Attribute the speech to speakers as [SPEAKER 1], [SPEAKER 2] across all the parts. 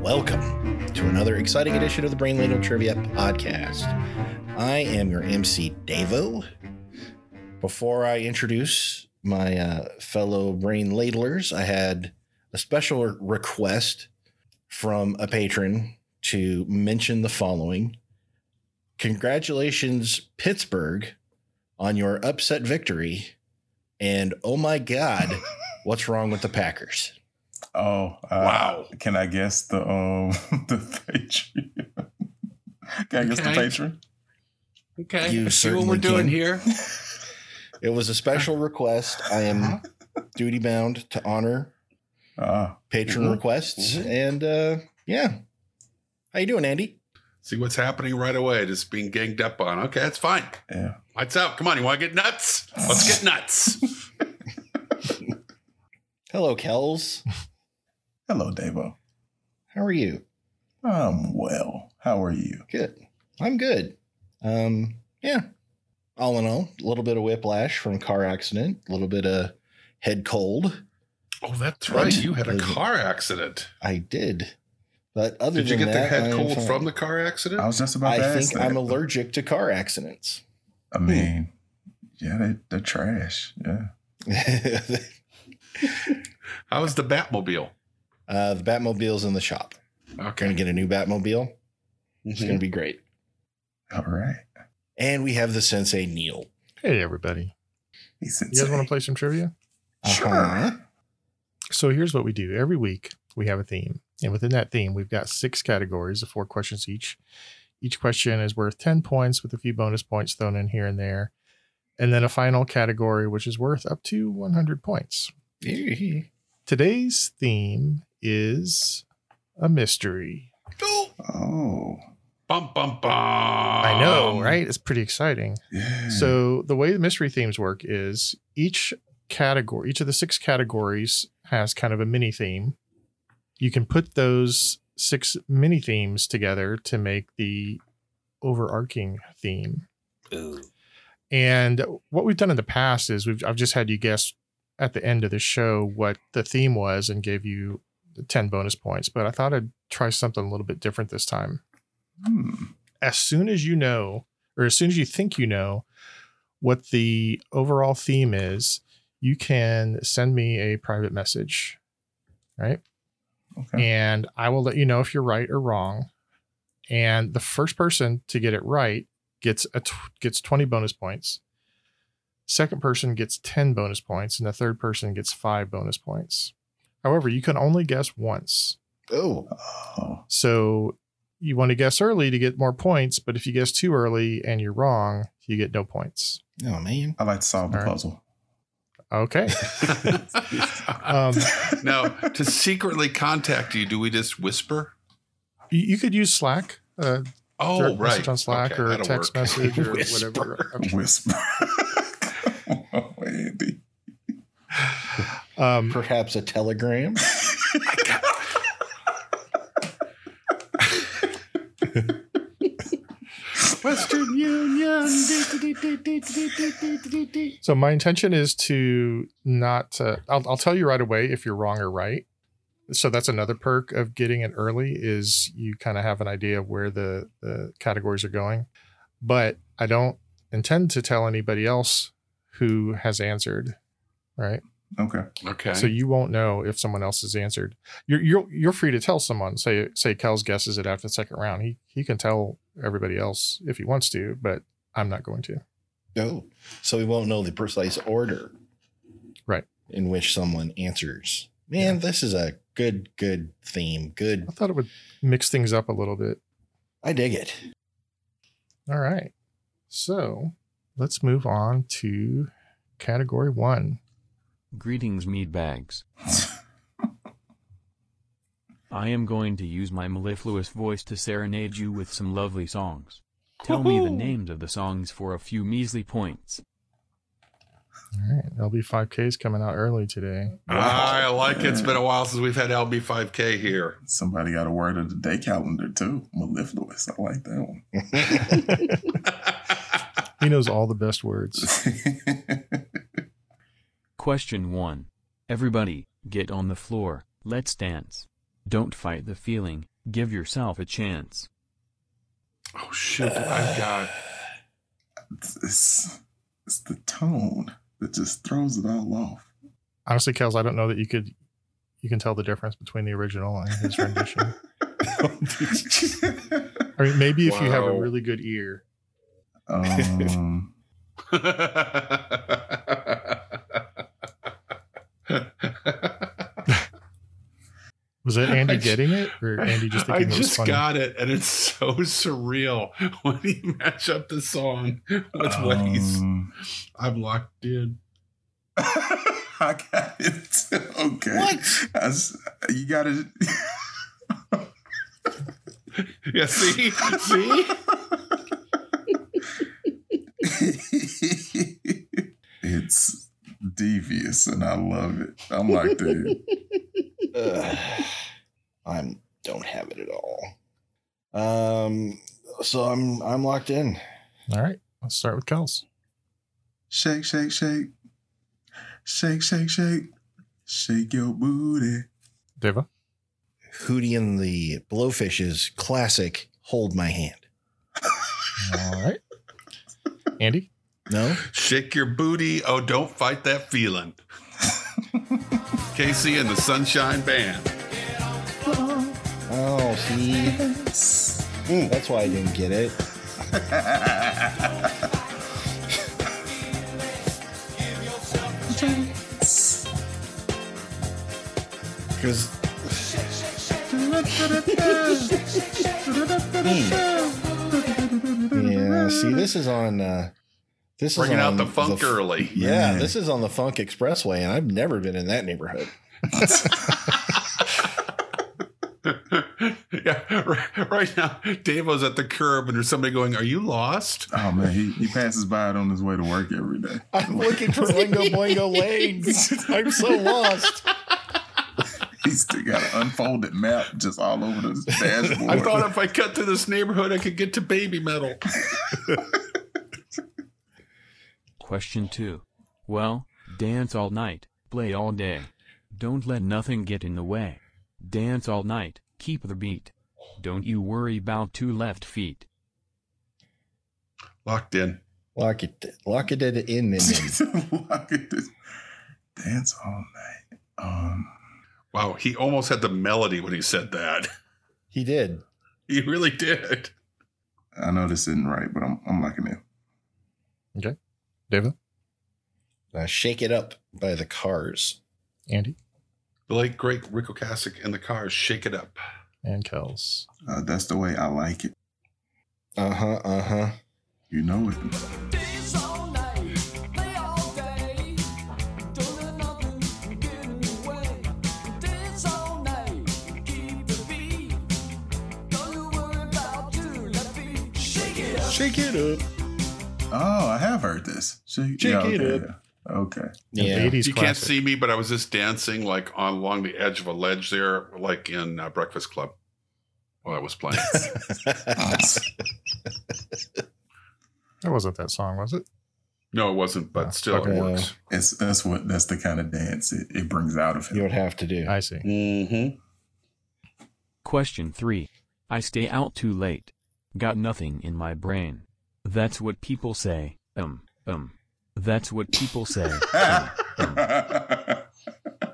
[SPEAKER 1] welcome to another exciting edition of the Brain Ladle Trivia Podcast. I am your MC Davo. Before I introduce my uh, fellow brain ladlers, I had a special request from a patron to mention the following. Congratulations, Pittsburgh, on your upset victory. And oh my God, what's wrong with the Packers?
[SPEAKER 2] Oh uh,
[SPEAKER 3] Wow.
[SPEAKER 2] Can I guess the um the patron? can I guess
[SPEAKER 3] Okay.
[SPEAKER 2] the patron?
[SPEAKER 3] Okay.
[SPEAKER 1] You
[SPEAKER 3] I see what
[SPEAKER 1] certainly
[SPEAKER 3] we're doing
[SPEAKER 1] can.
[SPEAKER 3] here.
[SPEAKER 1] It was a special request. I am duty bound to honor
[SPEAKER 2] Uh,
[SPEAKER 1] patron
[SPEAKER 3] Mhm.
[SPEAKER 1] requests.
[SPEAKER 3] Mhm.
[SPEAKER 1] And uh, yeah. How you doing, Andy?
[SPEAKER 3] See what's happening right away. Just being ganged up on. Okay, that's fine.
[SPEAKER 2] yeah.
[SPEAKER 3] Lights out. Come on. You want to get nuts? Let's get nuts.
[SPEAKER 1] Hello, Kells.
[SPEAKER 2] Hello, Davo.
[SPEAKER 1] How are you?
[SPEAKER 2] I'm well. How are you?
[SPEAKER 1] Good. I'm good. Um, yeah. All in all, a little bit of whiplash from car accident, a little bit of head cold.
[SPEAKER 3] oh, that's right. You had a
[SPEAKER 1] Pleasure.
[SPEAKER 3] car accident.
[SPEAKER 1] I did. But other
[SPEAKER 3] Did you
[SPEAKER 1] than
[SPEAKER 3] get the
[SPEAKER 1] that, I
[SPEAKER 3] head
[SPEAKER 1] am
[SPEAKER 3] cold
[SPEAKER 1] fine.
[SPEAKER 3] from the car accident?
[SPEAKER 2] I was just about
[SPEAKER 1] I
[SPEAKER 2] to
[SPEAKER 1] think
[SPEAKER 2] ask that.
[SPEAKER 1] I'm allergic to car accidents.
[SPEAKER 2] I mean, yeah, they, they're trash. Yeah.
[SPEAKER 1] uh,
[SPEAKER 3] How was the Batmobile?
[SPEAKER 1] the Batmobile's in the shop. Gonna
[SPEAKER 3] Okay.
[SPEAKER 1] get a new Batmobile. It's
[SPEAKER 3] Mhm.
[SPEAKER 1] gonna be great.
[SPEAKER 2] All right.
[SPEAKER 1] And we have the sensei Neil.
[SPEAKER 4] Hey everybody.
[SPEAKER 2] He's
[SPEAKER 4] You guys want
[SPEAKER 2] insane.
[SPEAKER 4] to play some trivia?
[SPEAKER 1] Uh-huh.
[SPEAKER 2] Sure.
[SPEAKER 4] So here's what we do. Every week we have a theme. And within that theme, we've got six categories of four questions each. Each question is worth 10 points with a few bonus points thrown in here and there. And then a final category which is worth up to 100 points. Today's theme is a mystery.
[SPEAKER 3] Oh,
[SPEAKER 1] Uh-huh.
[SPEAKER 2] Oh.
[SPEAKER 3] bum, bum, bum.
[SPEAKER 4] I
[SPEAKER 3] Um,
[SPEAKER 4] know, right? It's pretty exciting.
[SPEAKER 2] Yeah.
[SPEAKER 4] So the way the mystery themes work is each category, each of the six categories has kind of a mini theme. You can put those six mini themes together to make the overarching theme. And what we've done in the past is we've I've just had you guess at the end of the show what the theme was and gave you 10 bonus points, but I thought I'd try something a little bit different this time
[SPEAKER 2] Hmm.
[SPEAKER 4] as soon as you know, or as soon as you think you know what the overall theme is, you can send me a private message. Right.
[SPEAKER 2] Okay.
[SPEAKER 4] And I will let you know if you're right or wrong. And the first person to get it right gets a tw- gets 20 bonus points. Second person gets 10 bonus points, and the third person gets five bonus points. However, you can only guess once.
[SPEAKER 1] Oh,
[SPEAKER 2] Oh.
[SPEAKER 4] So you want to guess early to get more points, but if you guess too early and you're wrong, you get no points.
[SPEAKER 1] oh man.
[SPEAKER 2] I like to solve the
[SPEAKER 4] All right.
[SPEAKER 2] puzzle.
[SPEAKER 4] Okay. Um,
[SPEAKER 3] um, now, to secretly contact you, do we just whisper?
[SPEAKER 4] you, you could use Slack, uh,
[SPEAKER 3] Oh,
[SPEAKER 4] direct
[SPEAKER 3] right.
[SPEAKER 4] message on Slack
[SPEAKER 3] Okay,
[SPEAKER 4] or a
[SPEAKER 3] that'll
[SPEAKER 4] text
[SPEAKER 3] work.
[SPEAKER 4] message or
[SPEAKER 1] Whisper.
[SPEAKER 4] whatever.
[SPEAKER 2] Whisper. Come on, Andy.
[SPEAKER 4] Um,
[SPEAKER 1] Perhaps a telegram.
[SPEAKER 4] Western Union. so my intention is to not. Uh, I'll, I'll tell you right away if you're wrong or right. So that's another perk of getting it early is you kind of have an idea of where the, the categories are going. But I don't intend to tell anybody else who has answered. Right.
[SPEAKER 2] Okay.
[SPEAKER 3] Okay.
[SPEAKER 4] So you won't know if someone else has answered. You're you're you're free to tell someone. Say say Kel's guesses it after the second round. He he can tell everybody else if he wants to, but I'm not going to.
[SPEAKER 1] Oh, so we won't know the precise order,
[SPEAKER 4] Right.
[SPEAKER 1] In which someone answers. Man, this is a good, good theme. Good.
[SPEAKER 4] I thought it would mix things up a little bit.
[SPEAKER 1] I dig it.
[SPEAKER 4] All right. So let's move on to category one.
[SPEAKER 5] Greetings, meatbags. I am going to use my mellifluous voice to serenade you with some lovely songs. Tell me the
[SPEAKER 4] Woohoo!
[SPEAKER 5] names of the songs for a few measly points.
[SPEAKER 4] All right. LB5K's coming out early today.
[SPEAKER 3] I like it. It's been a while since we've had LB5K here.
[SPEAKER 2] Somebody got a word of the day calendar too. Mellifluous. I like that one.
[SPEAKER 4] Oh, He knows all the best words.
[SPEAKER 5] Question 1. Everybody, get on the floor, let's dance. Don't fight the feeling, Give yourself a chance.
[SPEAKER 3] Oh shoot! I've got.
[SPEAKER 2] It's, it's, it's the tone that just throws it all off.
[SPEAKER 4] Honestly, Kels, I don't know that you could you can tell the difference between the original and his rendition. I mean, maybe if you have a
[SPEAKER 3] Wow.
[SPEAKER 4] really good ear.
[SPEAKER 2] um,
[SPEAKER 4] Was it Andy
[SPEAKER 3] I ju-
[SPEAKER 4] getting it or Andy just
[SPEAKER 3] I
[SPEAKER 4] thinking it was
[SPEAKER 3] just
[SPEAKER 4] funny?
[SPEAKER 3] got it, and it's so surreal when you match up the song with what he's.
[SPEAKER 2] um,
[SPEAKER 3] I'm locked in.
[SPEAKER 2] I got it. Okay.
[SPEAKER 1] What?
[SPEAKER 2] I s- you got it.
[SPEAKER 3] Yeah, see, see.
[SPEAKER 2] it's devious and I love it. I'm like, dude,
[SPEAKER 1] Ugh. Uh, I'm don't have it at all. Um, so I'm I'm locked in.
[SPEAKER 4] All right, let's start with Kels.
[SPEAKER 2] shake, shake, shake. Shake, shake, shake. Shake your booty.
[SPEAKER 4] Deva.
[SPEAKER 1] Hootie and the Blowfish's classic "Hold My Hand."
[SPEAKER 4] All right. Andy.
[SPEAKER 1] No,
[SPEAKER 3] Shake your booty. Oh, don't fight that feeling. Casey and the Sunshine Band.
[SPEAKER 1] oh, see, that's why I didn't get it. Because Mm. yeah, see, this is on. Uh, this
[SPEAKER 3] Bringing
[SPEAKER 1] is
[SPEAKER 3] out
[SPEAKER 4] um,
[SPEAKER 1] on
[SPEAKER 3] the funk early.
[SPEAKER 1] Yeah,
[SPEAKER 2] Man.
[SPEAKER 1] this is on the Funk Expressway, and I've never been in that neighborhood.
[SPEAKER 3] yeah, right, right now, Davo's at the curb, and there's somebody going, Are you lost?
[SPEAKER 2] Oh man, he, he passes by it on his way to work every day.
[SPEAKER 1] I'm looking for Lingo Boingo Lane. I'm so lost.
[SPEAKER 2] He's still got an unfolded map just all over the dashboard.
[SPEAKER 3] I thought if I cut through this neighborhood, I could get to baby metal.
[SPEAKER 5] Question 2. Well, dance all night, play all day. Don't let nothing get in the way. Dance all night, keep the beat. Don't you worry about two left feet.
[SPEAKER 3] Locked in.
[SPEAKER 1] Lock it, lock it in. in, in.
[SPEAKER 2] Look at this. Dance all night. Um,
[SPEAKER 3] Wow, he almost had the melody when he said that.
[SPEAKER 1] He did.
[SPEAKER 3] He really did.
[SPEAKER 2] I know this isn't right, but I'm I'm liking it.
[SPEAKER 4] Deva.
[SPEAKER 1] Uh, Shake It Up by the Cars.
[SPEAKER 4] Andy.
[SPEAKER 3] The late great Rico Casick and the Cars shake it up.
[SPEAKER 4] And Kels.
[SPEAKER 2] Uh, that's the way I like it.
[SPEAKER 1] Uh huh. Uh huh.
[SPEAKER 2] You know it.
[SPEAKER 1] Shake it up.
[SPEAKER 2] Oh, I have heard this. Shake,
[SPEAKER 1] Shake it
[SPEAKER 2] okay, yeah. Okay.
[SPEAKER 4] An
[SPEAKER 1] Yeah.
[SPEAKER 4] 80s
[SPEAKER 3] you can't
[SPEAKER 4] classic.
[SPEAKER 3] see me, but I was just dancing like on along the edge of a ledge there, like in uh, Breakfast Club while I was playing.
[SPEAKER 4] That wasn't that song, was it?
[SPEAKER 3] no, it wasn't,
[SPEAKER 4] Oh,
[SPEAKER 3] but still
[SPEAKER 1] okay.
[SPEAKER 3] it works.
[SPEAKER 2] It's that's what that's the kind of dance it, it brings out of
[SPEAKER 1] you
[SPEAKER 2] him.
[SPEAKER 1] would have to do.
[SPEAKER 4] I see.
[SPEAKER 3] Mm-hmm.
[SPEAKER 5] Question 3. I stay out too late. Got nothing in my brain. That's what people say, um, um. That's what people say. um, um.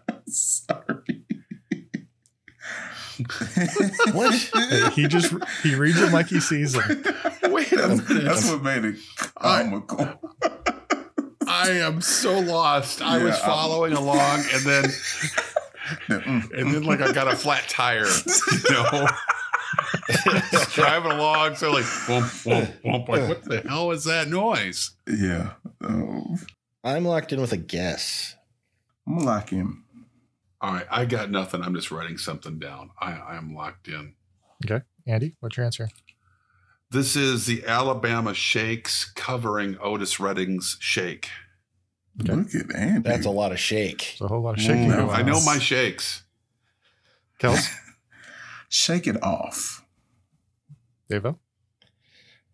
[SPEAKER 2] Sorry.
[SPEAKER 1] What?
[SPEAKER 4] He just he reads them like he sees them.
[SPEAKER 3] Wait a
[SPEAKER 2] That's,
[SPEAKER 3] minute.
[SPEAKER 2] that's what made it comical.
[SPEAKER 3] I am so lost. I was
[SPEAKER 2] Yeah, I'm-
[SPEAKER 3] following along and then
[SPEAKER 2] Mm.
[SPEAKER 3] and then like I got a flat tire, you know. Just driving along, so like womp womp womp. Like, what the hell is that noise?
[SPEAKER 2] mm, yeah. Um,
[SPEAKER 1] I'm locked in with a guess.
[SPEAKER 2] I'm locking.
[SPEAKER 3] All right, I got nothing. I'm just writing something down. I, I am locked in.
[SPEAKER 4] Okay. Andy, what's your answer?
[SPEAKER 3] This is the Alabama Shakes covering Otis Redding's Shake.
[SPEAKER 4] Okay.
[SPEAKER 2] Look at Andy.
[SPEAKER 1] That's a lot of shake.
[SPEAKER 4] There's a whole lot of shaking.
[SPEAKER 2] Mm,
[SPEAKER 4] going
[SPEAKER 3] I
[SPEAKER 4] on.
[SPEAKER 3] know my shakes.
[SPEAKER 4] Kels.
[SPEAKER 2] Shake it off.
[SPEAKER 4] Deva.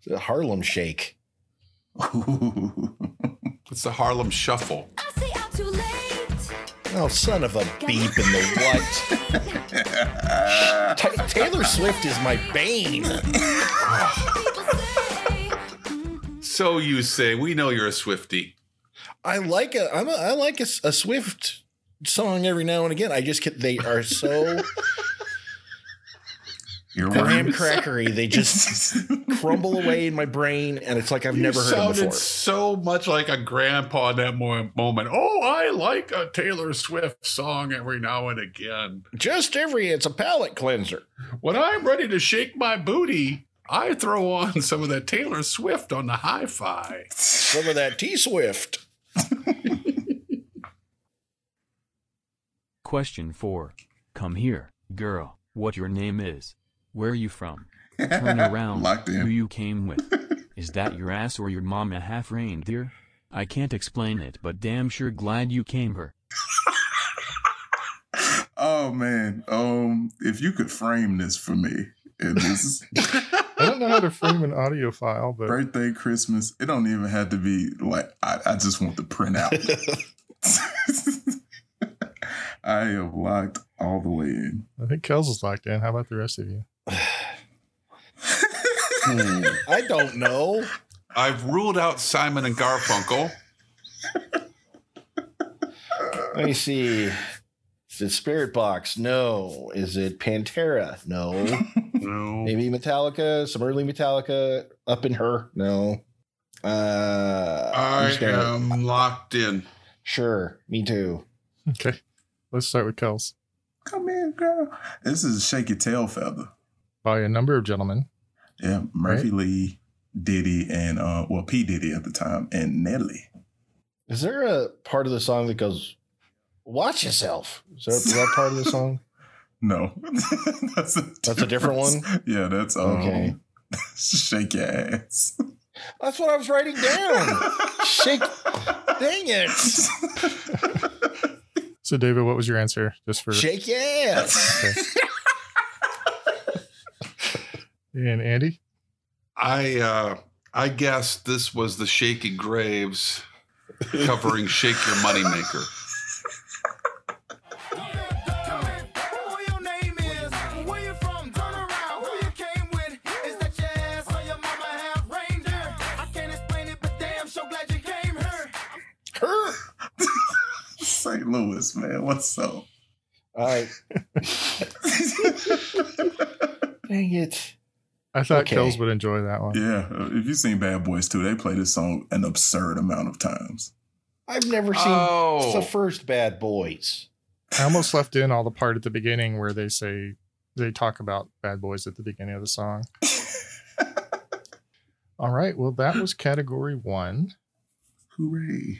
[SPEAKER 1] The Harlem Shake.
[SPEAKER 2] Ooh.
[SPEAKER 3] It's the Harlem Shuffle.
[SPEAKER 6] I stay out too late.
[SPEAKER 1] Oh, son of a beep in the what? Ta- Taylor Swift is my bane.
[SPEAKER 3] So you say, we know you're a Swifty.
[SPEAKER 1] I like a I'm a I like a, s- a Swift song every now and again. I just get they are so
[SPEAKER 2] You're
[SPEAKER 1] graham crackery. They just crumble away in my brain, and it's like I've never heard them before.
[SPEAKER 3] so much like a grandpa in that mo- moment. Oh, I like a Taylor Swift song every now and again.
[SPEAKER 1] Just every it's a palate cleanser.
[SPEAKER 3] When I'm ready to shake my booty, I throw on some of that Taylor Swift on the hi-fi.
[SPEAKER 1] Some of that T Swift.
[SPEAKER 5] Question 4. Come here, girl, what your name is. Where you from? Turn around,
[SPEAKER 2] Locked
[SPEAKER 5] who
[SPEAKER 2] in.
[SPEAKER 5] you came with. Is that your ass or your mama half reindeer? I can't explain it, but damn sure glad you came here.
[SPEAKER 2] Oh man. Um, if you could frame this for me, and this is
[SPEAKER 4] I don't know how to frame an audio file, but
[SPEAKER 2] birthday, Christmas. It don't even have to be like I, I just want the printout. I have locked all the way in.
[SPEAKER 4] I think Kels is locked in. How about the rest of you?
[SPEAKER 1] Hmm, I don't know.
[SPEAKER 3] I've ruled out Simon and Garfunkel.
[SPEAKER 1] Let me see. Is it Spirit Box? No. Is it Pantera? No.
[SPEAKER 3] No.
[SPEAKER 1] Maybe Metallica, some early Metallica, Up in Her? No. Uh, I'm
[SPEAKER 3] I
[SPEAKER 1] just gonna-
[SPEAKER 3] am locked in.
[SPEAKER 1] Sure, me too.
[SPEAKER 4] Okay. Let's start with Kels.
[SPEAKER 2] Come here, girl. This is Shake Your Tail Feather.
[SPEAKER 4] By a number of gentlemen.
[SPEAKER 2] Yeah, Murphy Lee, Diddy, and uh, well, P Diddy at the time, and Nelly.
[SPEAKER 1] Is there a part of the song that goes, "Watch yourself"? Is that, is that part of the song?
[SPEAKER 2] No, that's a
[SPEAKER 1] That's a different
[SPEAKER 2] difference. Yeah, that's um,
[SPEAKER 1] Okay.
[SPEAKER 2] Shake your ass.
[SPEAKER 1] That's what I was writing down. Shake, dang it,
[SPEAKER 4] So, David, what was your answer? Just for.
[SPEAKER 1] shake your ass.
[SPEAKER 4] Okay. and Andy?
[SPEAKER 3] I uh I guess this was the shaky graves covering Shake Your Moneymaker.
[SPEAKER 1] Her.
[SPEAKER 2] St. Louis, man. What's up?
[SPEAKER 1] All right, dang it.
[SPEAKER 4] I thought
[SPEAKER 1] Okay.
[SPEAKER 4] Kels would enjoy that one.
[SPEAKER 2] yeah, if you've seen Bad Boys too, they play this song an absurd amount of times.
[SPEAKER 1] I've never seen the
[SPEAKER 3] Oh,
[SPEAKER 1] first Bad Boys.
[SPEAKER 4] I almost left in all the part at the beginning where they say they talk about bad boys at the beginning of the song. all right. Well, that was category one.
[SPEAKER 2] Hooray!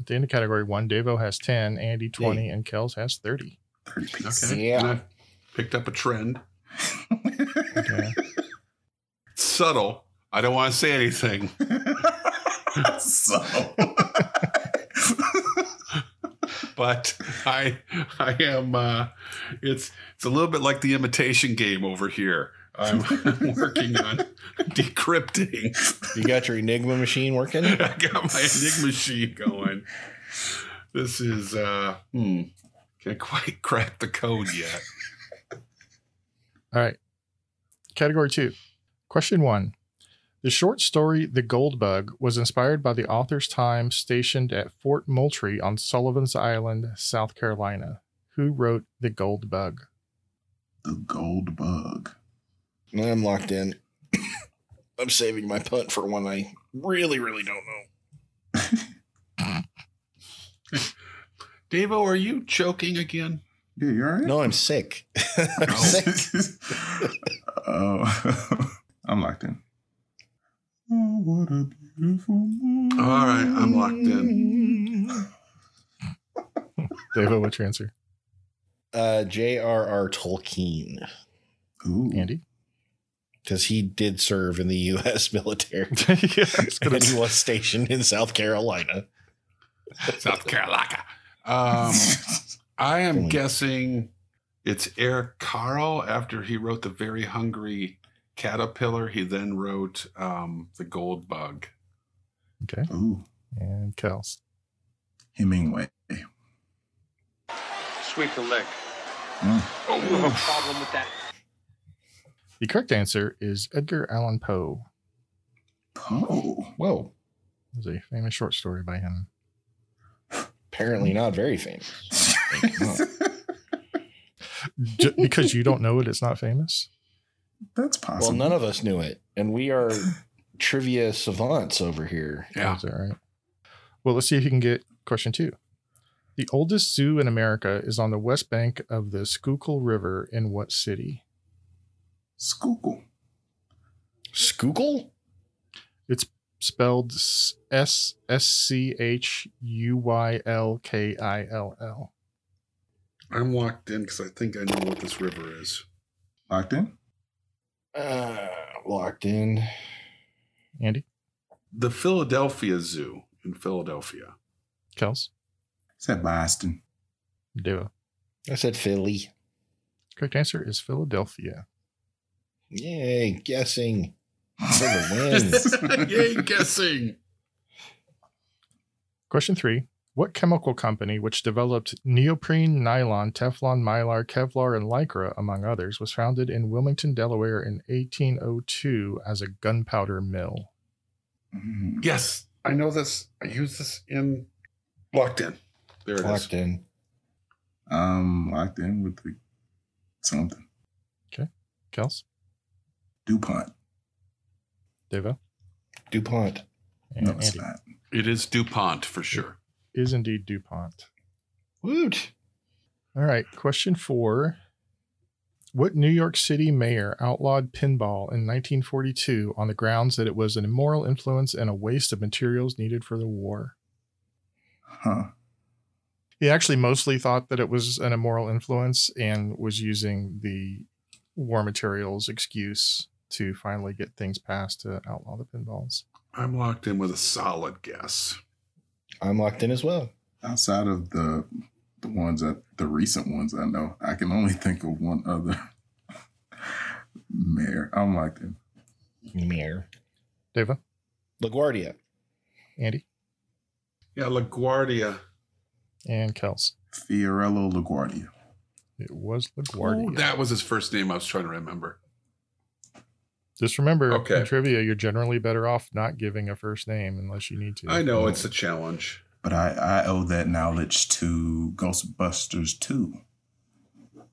[SPEAKER 4] At the end of category one, Davo has 10, Andy 20, and Kels has 30.
[SPEAKER 2] Thirty piece.
[SPEAKER 3] okay.
[SPEAKER 1] Yeah.
[SPEAKER 3] I picked up a trend.
[SPEAKER 4] Okay.
[SPEAKER 3] Subtle. I don't want to say anything.
[SPEAKER 2] so
[SPEAKER 3] but I I am uh, it's it's a little bit like the imitation game over here. I'm working on decrypting.
[SPEAKER 1] You got your Enigma machine working?
[SPEAKER 3] I got my Enigma sheet going. This is uh hmm. Can't quite crack the code yet.
[SPEAKER 4] All right. Category two. Question one. The short story The Gold Bug was inspired by the author's time stationed at Fort Moultrie on Sullivan's Island, South Carolina. Who wrote The Gold Bug?
[SPEAKER 2] the gold bug.
[SPEAKER 1] I'm locked in. I'm saving my punt for one I really, really don't know.
[SPEAKER 3] Davo, are you choking again?
[SPEAKER 2] Yeah, you all right?
[SPEAKER 1] No, I'm sick. I'm sick.
[SPEAKER 2] oh, I'm locked in. Oh, what a beautiful moon.
[SPEAKER 3] All right, I'm locked in.
[SPEAKER 4] David, what's your answer?
[SPEAKER 1] Uh, J.R.R. Tolkien,
[SPEAKER 2] Ooh.
[SPEAKER 4] Andy?
[SPEAKER 1] because he did serve in the U.S. military
[SPEAKER 4] yeah, I was gonna
[SPEAKER 1] and
[SPEAKER 4] say-
[SPEAKER 1] he was stationed in South Carolina.
[SPEAKER 3] South Carolina. Um, I am guessing it's Eric Carl after he wrote The Very Hungry Caterpillar. He then wrote um, The Gold Bug.
[SPEAKER 4] okay.
[SPEAKER 2] Ooh,
[SPEAKER 4] And Kels.
[SPEAKER 2] Hemingway.
[SPEAKER 6] squeak a lick.
[SPEAKER 3] Hmm.
[SPEAKER 2] Mm.
[SPEAKER 6] Oh, you have a problem with that?
[SPEAKER 4] The correct answer is Edgar Allan Poe.
[SPEAKER 2] Poe.
[SPEAKER 1] Whoa.
[SPEAKER 4] There's a famous short story by him.
[SPEAKER 1] Apparently not very famous. Thank God.
[SPEAKER 4] J- because you don't know it, it's not famous.
[SPEAKER 2] That's
[SPEAKER 1] well,
[SPEAKER 2] possible.
[SPEAKER 1] none of us knew it. And we are trivia savants over here.
[SPEAKER 3] Yeah.
[SPEAKER 4] Is that right? Well, let's see if you can get question two. The oldest zoo in America is on the west bank of the Schuylkill River in what city?
[SPEAKER 2] Schuylkill.
[SPEAKER 1] Schuylkill?
[SPEAKER 4] Spelled S S C H U Y L K I L L.
[SPEAKER 3] I'm locked in because I think I know what this river is.
[SPEAKER 2] Locked in?
[SPEAKER 1] Uh, locked in.
[SPEAKER 4] Andy,
[SPEAKER 3] The Philadelphia Zoo in Philadelphia.
[SPEAKER 4] Kels,
[SPEAKER 2] Is that Boston?
[SPEAKER 4] Deva.
[SPEAKER 1] I said Philly.
[SPEAKER 4] Correct answer is Philadelphia.
[SPEAKER 1] Yay, guessing. For the
[SPEAKER 3] Yay, guessing.
[SPEAKER 4] Question three What chemical company, which developed neoprene, nylon, Teflon, mylar, Kevlar, and Lycra, among others, was founded in Wilmington, Delaware in 1802 as a gunpowder mill?
[SPEAKER 2] Mm.
[SPEAKER 3] Yes, I know this. I use this in locked in. There it
[SPEAKER 1] win.
[SPEAKER 3] is.
[SPEAKER 1] Locked in.
[SPEAKER 2] Um, locked in with the something.
[SPEAKER 4] Kels,
[SPEAKER 2] DuPont.
[SPEAKER 4] Deva,
[SPEAKER 1] DuPont.
[SPEAKER 4] and
[SPEAKER 2] no, it's
[SPEAKER 4] Andy.
[SPEAKER 2] not.
[SPEAKER 3] It is DuPont for sure.
[SPEAKER 4] Is indeed DuPont.
[SPEAKER 1] Woot.
[SPEAKER 4] All right. Question four. What New York City mayor outlawed pinball in 1942 on the grounds that it was an immoral influence and a waste of materials needed for the war?
[SPEAKER 2] Huh.
[SPEAKER 4] he actually mostly thought that it was an immoral influence and was using the war materials excuse to finally get things passed to outlaw the pinballs.
[SPEAKER 3] I'm locked in with a solid guess.
[SPEAKER 1] I'm locked in as well.
[SPEAKER 2] Outside of the the ones that the recent ones I know, I can only think of one other mayor. I'm locked in.
[SPEAKER 1] Mayor.
[SPEAKER 4] Deva,
[SPEAKER 1] LaGuardia.
[SPEAKER 4] Andy,
[SPEAKER 3] Yeah, LaGuardia.
[SPEAKER 4] and Kels.
[SPEAKER 2] Fiorello LaGuardia.
[SPEAKER 4] It was LaGuardia.
[SPEAKER 3] Ooh, that was his first name I was trying to remember.
[SPEAKER 4] Just remember,
[SPEAKER 3] Okay.
[SPEAKER 4] in trivia, you're generally better off not giving a first name unless you need to.
[SPEAKER 3] I know it's a challenge.
[SPEAKER 2] But I, I owe that knowledge to Ghostbusters 2.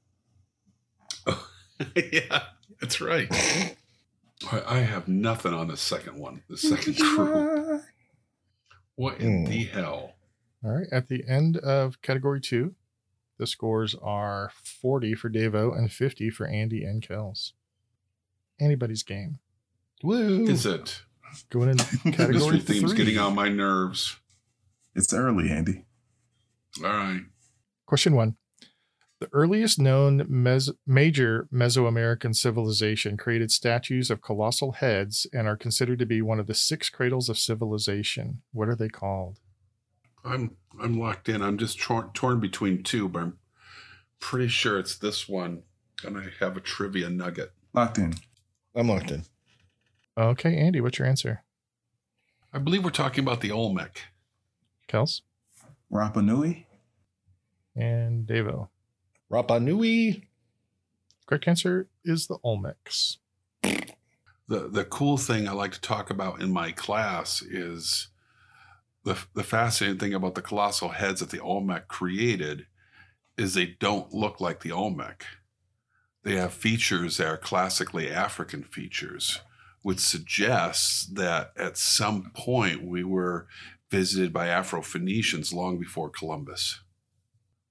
[SPEAKER 3] yeah, that's right. I I have nothing on the second one. The second crew. What in
[SPEAKER 1] Hmm.
[SPEAKER 3] the hell?
[SPEAKER 4] All right. At the end of category two, the scores are 40 for Devo and 50 for Andy and Kels. Anybody's game.
[SPEAKER 1] Woo.
[SPEAKER 3] Is it?
[SPEAKER 4] Going in
[SPEAKER 3] This
[SPEAKER 4] Category
[SPEAKER 3] theme's
[SPEAKER 4] three.
[SPEAKER 3] getting on my nerves.
[SPEAKER 2] It's early, Andy.
[SPEAKER 3] All right.
[SPEAKER 4] Question one. The earliest known mes- major Mesoamerican civilization created statues of colossal heads and are considered to be one of the six cradles of civilization. What are they called?
[SPEAKER 3] I'm I'm locked in. I'm just torn, torn between two, but I'm pretty sure it's this one. And I have a trivia nugget.
[SPEAKER 2] Locked in.
[SPEAKER 1] I'm locked in.
[SPEAKER 4] Okay, Andy, what's your answer?
[SPEAKER 3] I believe we're talking about the Olmec.
[SPEAKER 4] Kels
[SPEAKER 2] Rapa Nui?
[SPEAKER 4] and Devo.
[SPEAKER 1] Rapa Nui.
[SPEAKER 4] Correct answer is the Olmecs.
[SPEAKER 3] The the cool thing I like to talk about in my class is the the fascinating thing about the colossal heads that the Olmec created is they don't look like the Olmec. They have features that are classically African features, which suggests that at some point we were visited by Afro Phoenicians long before Columbus.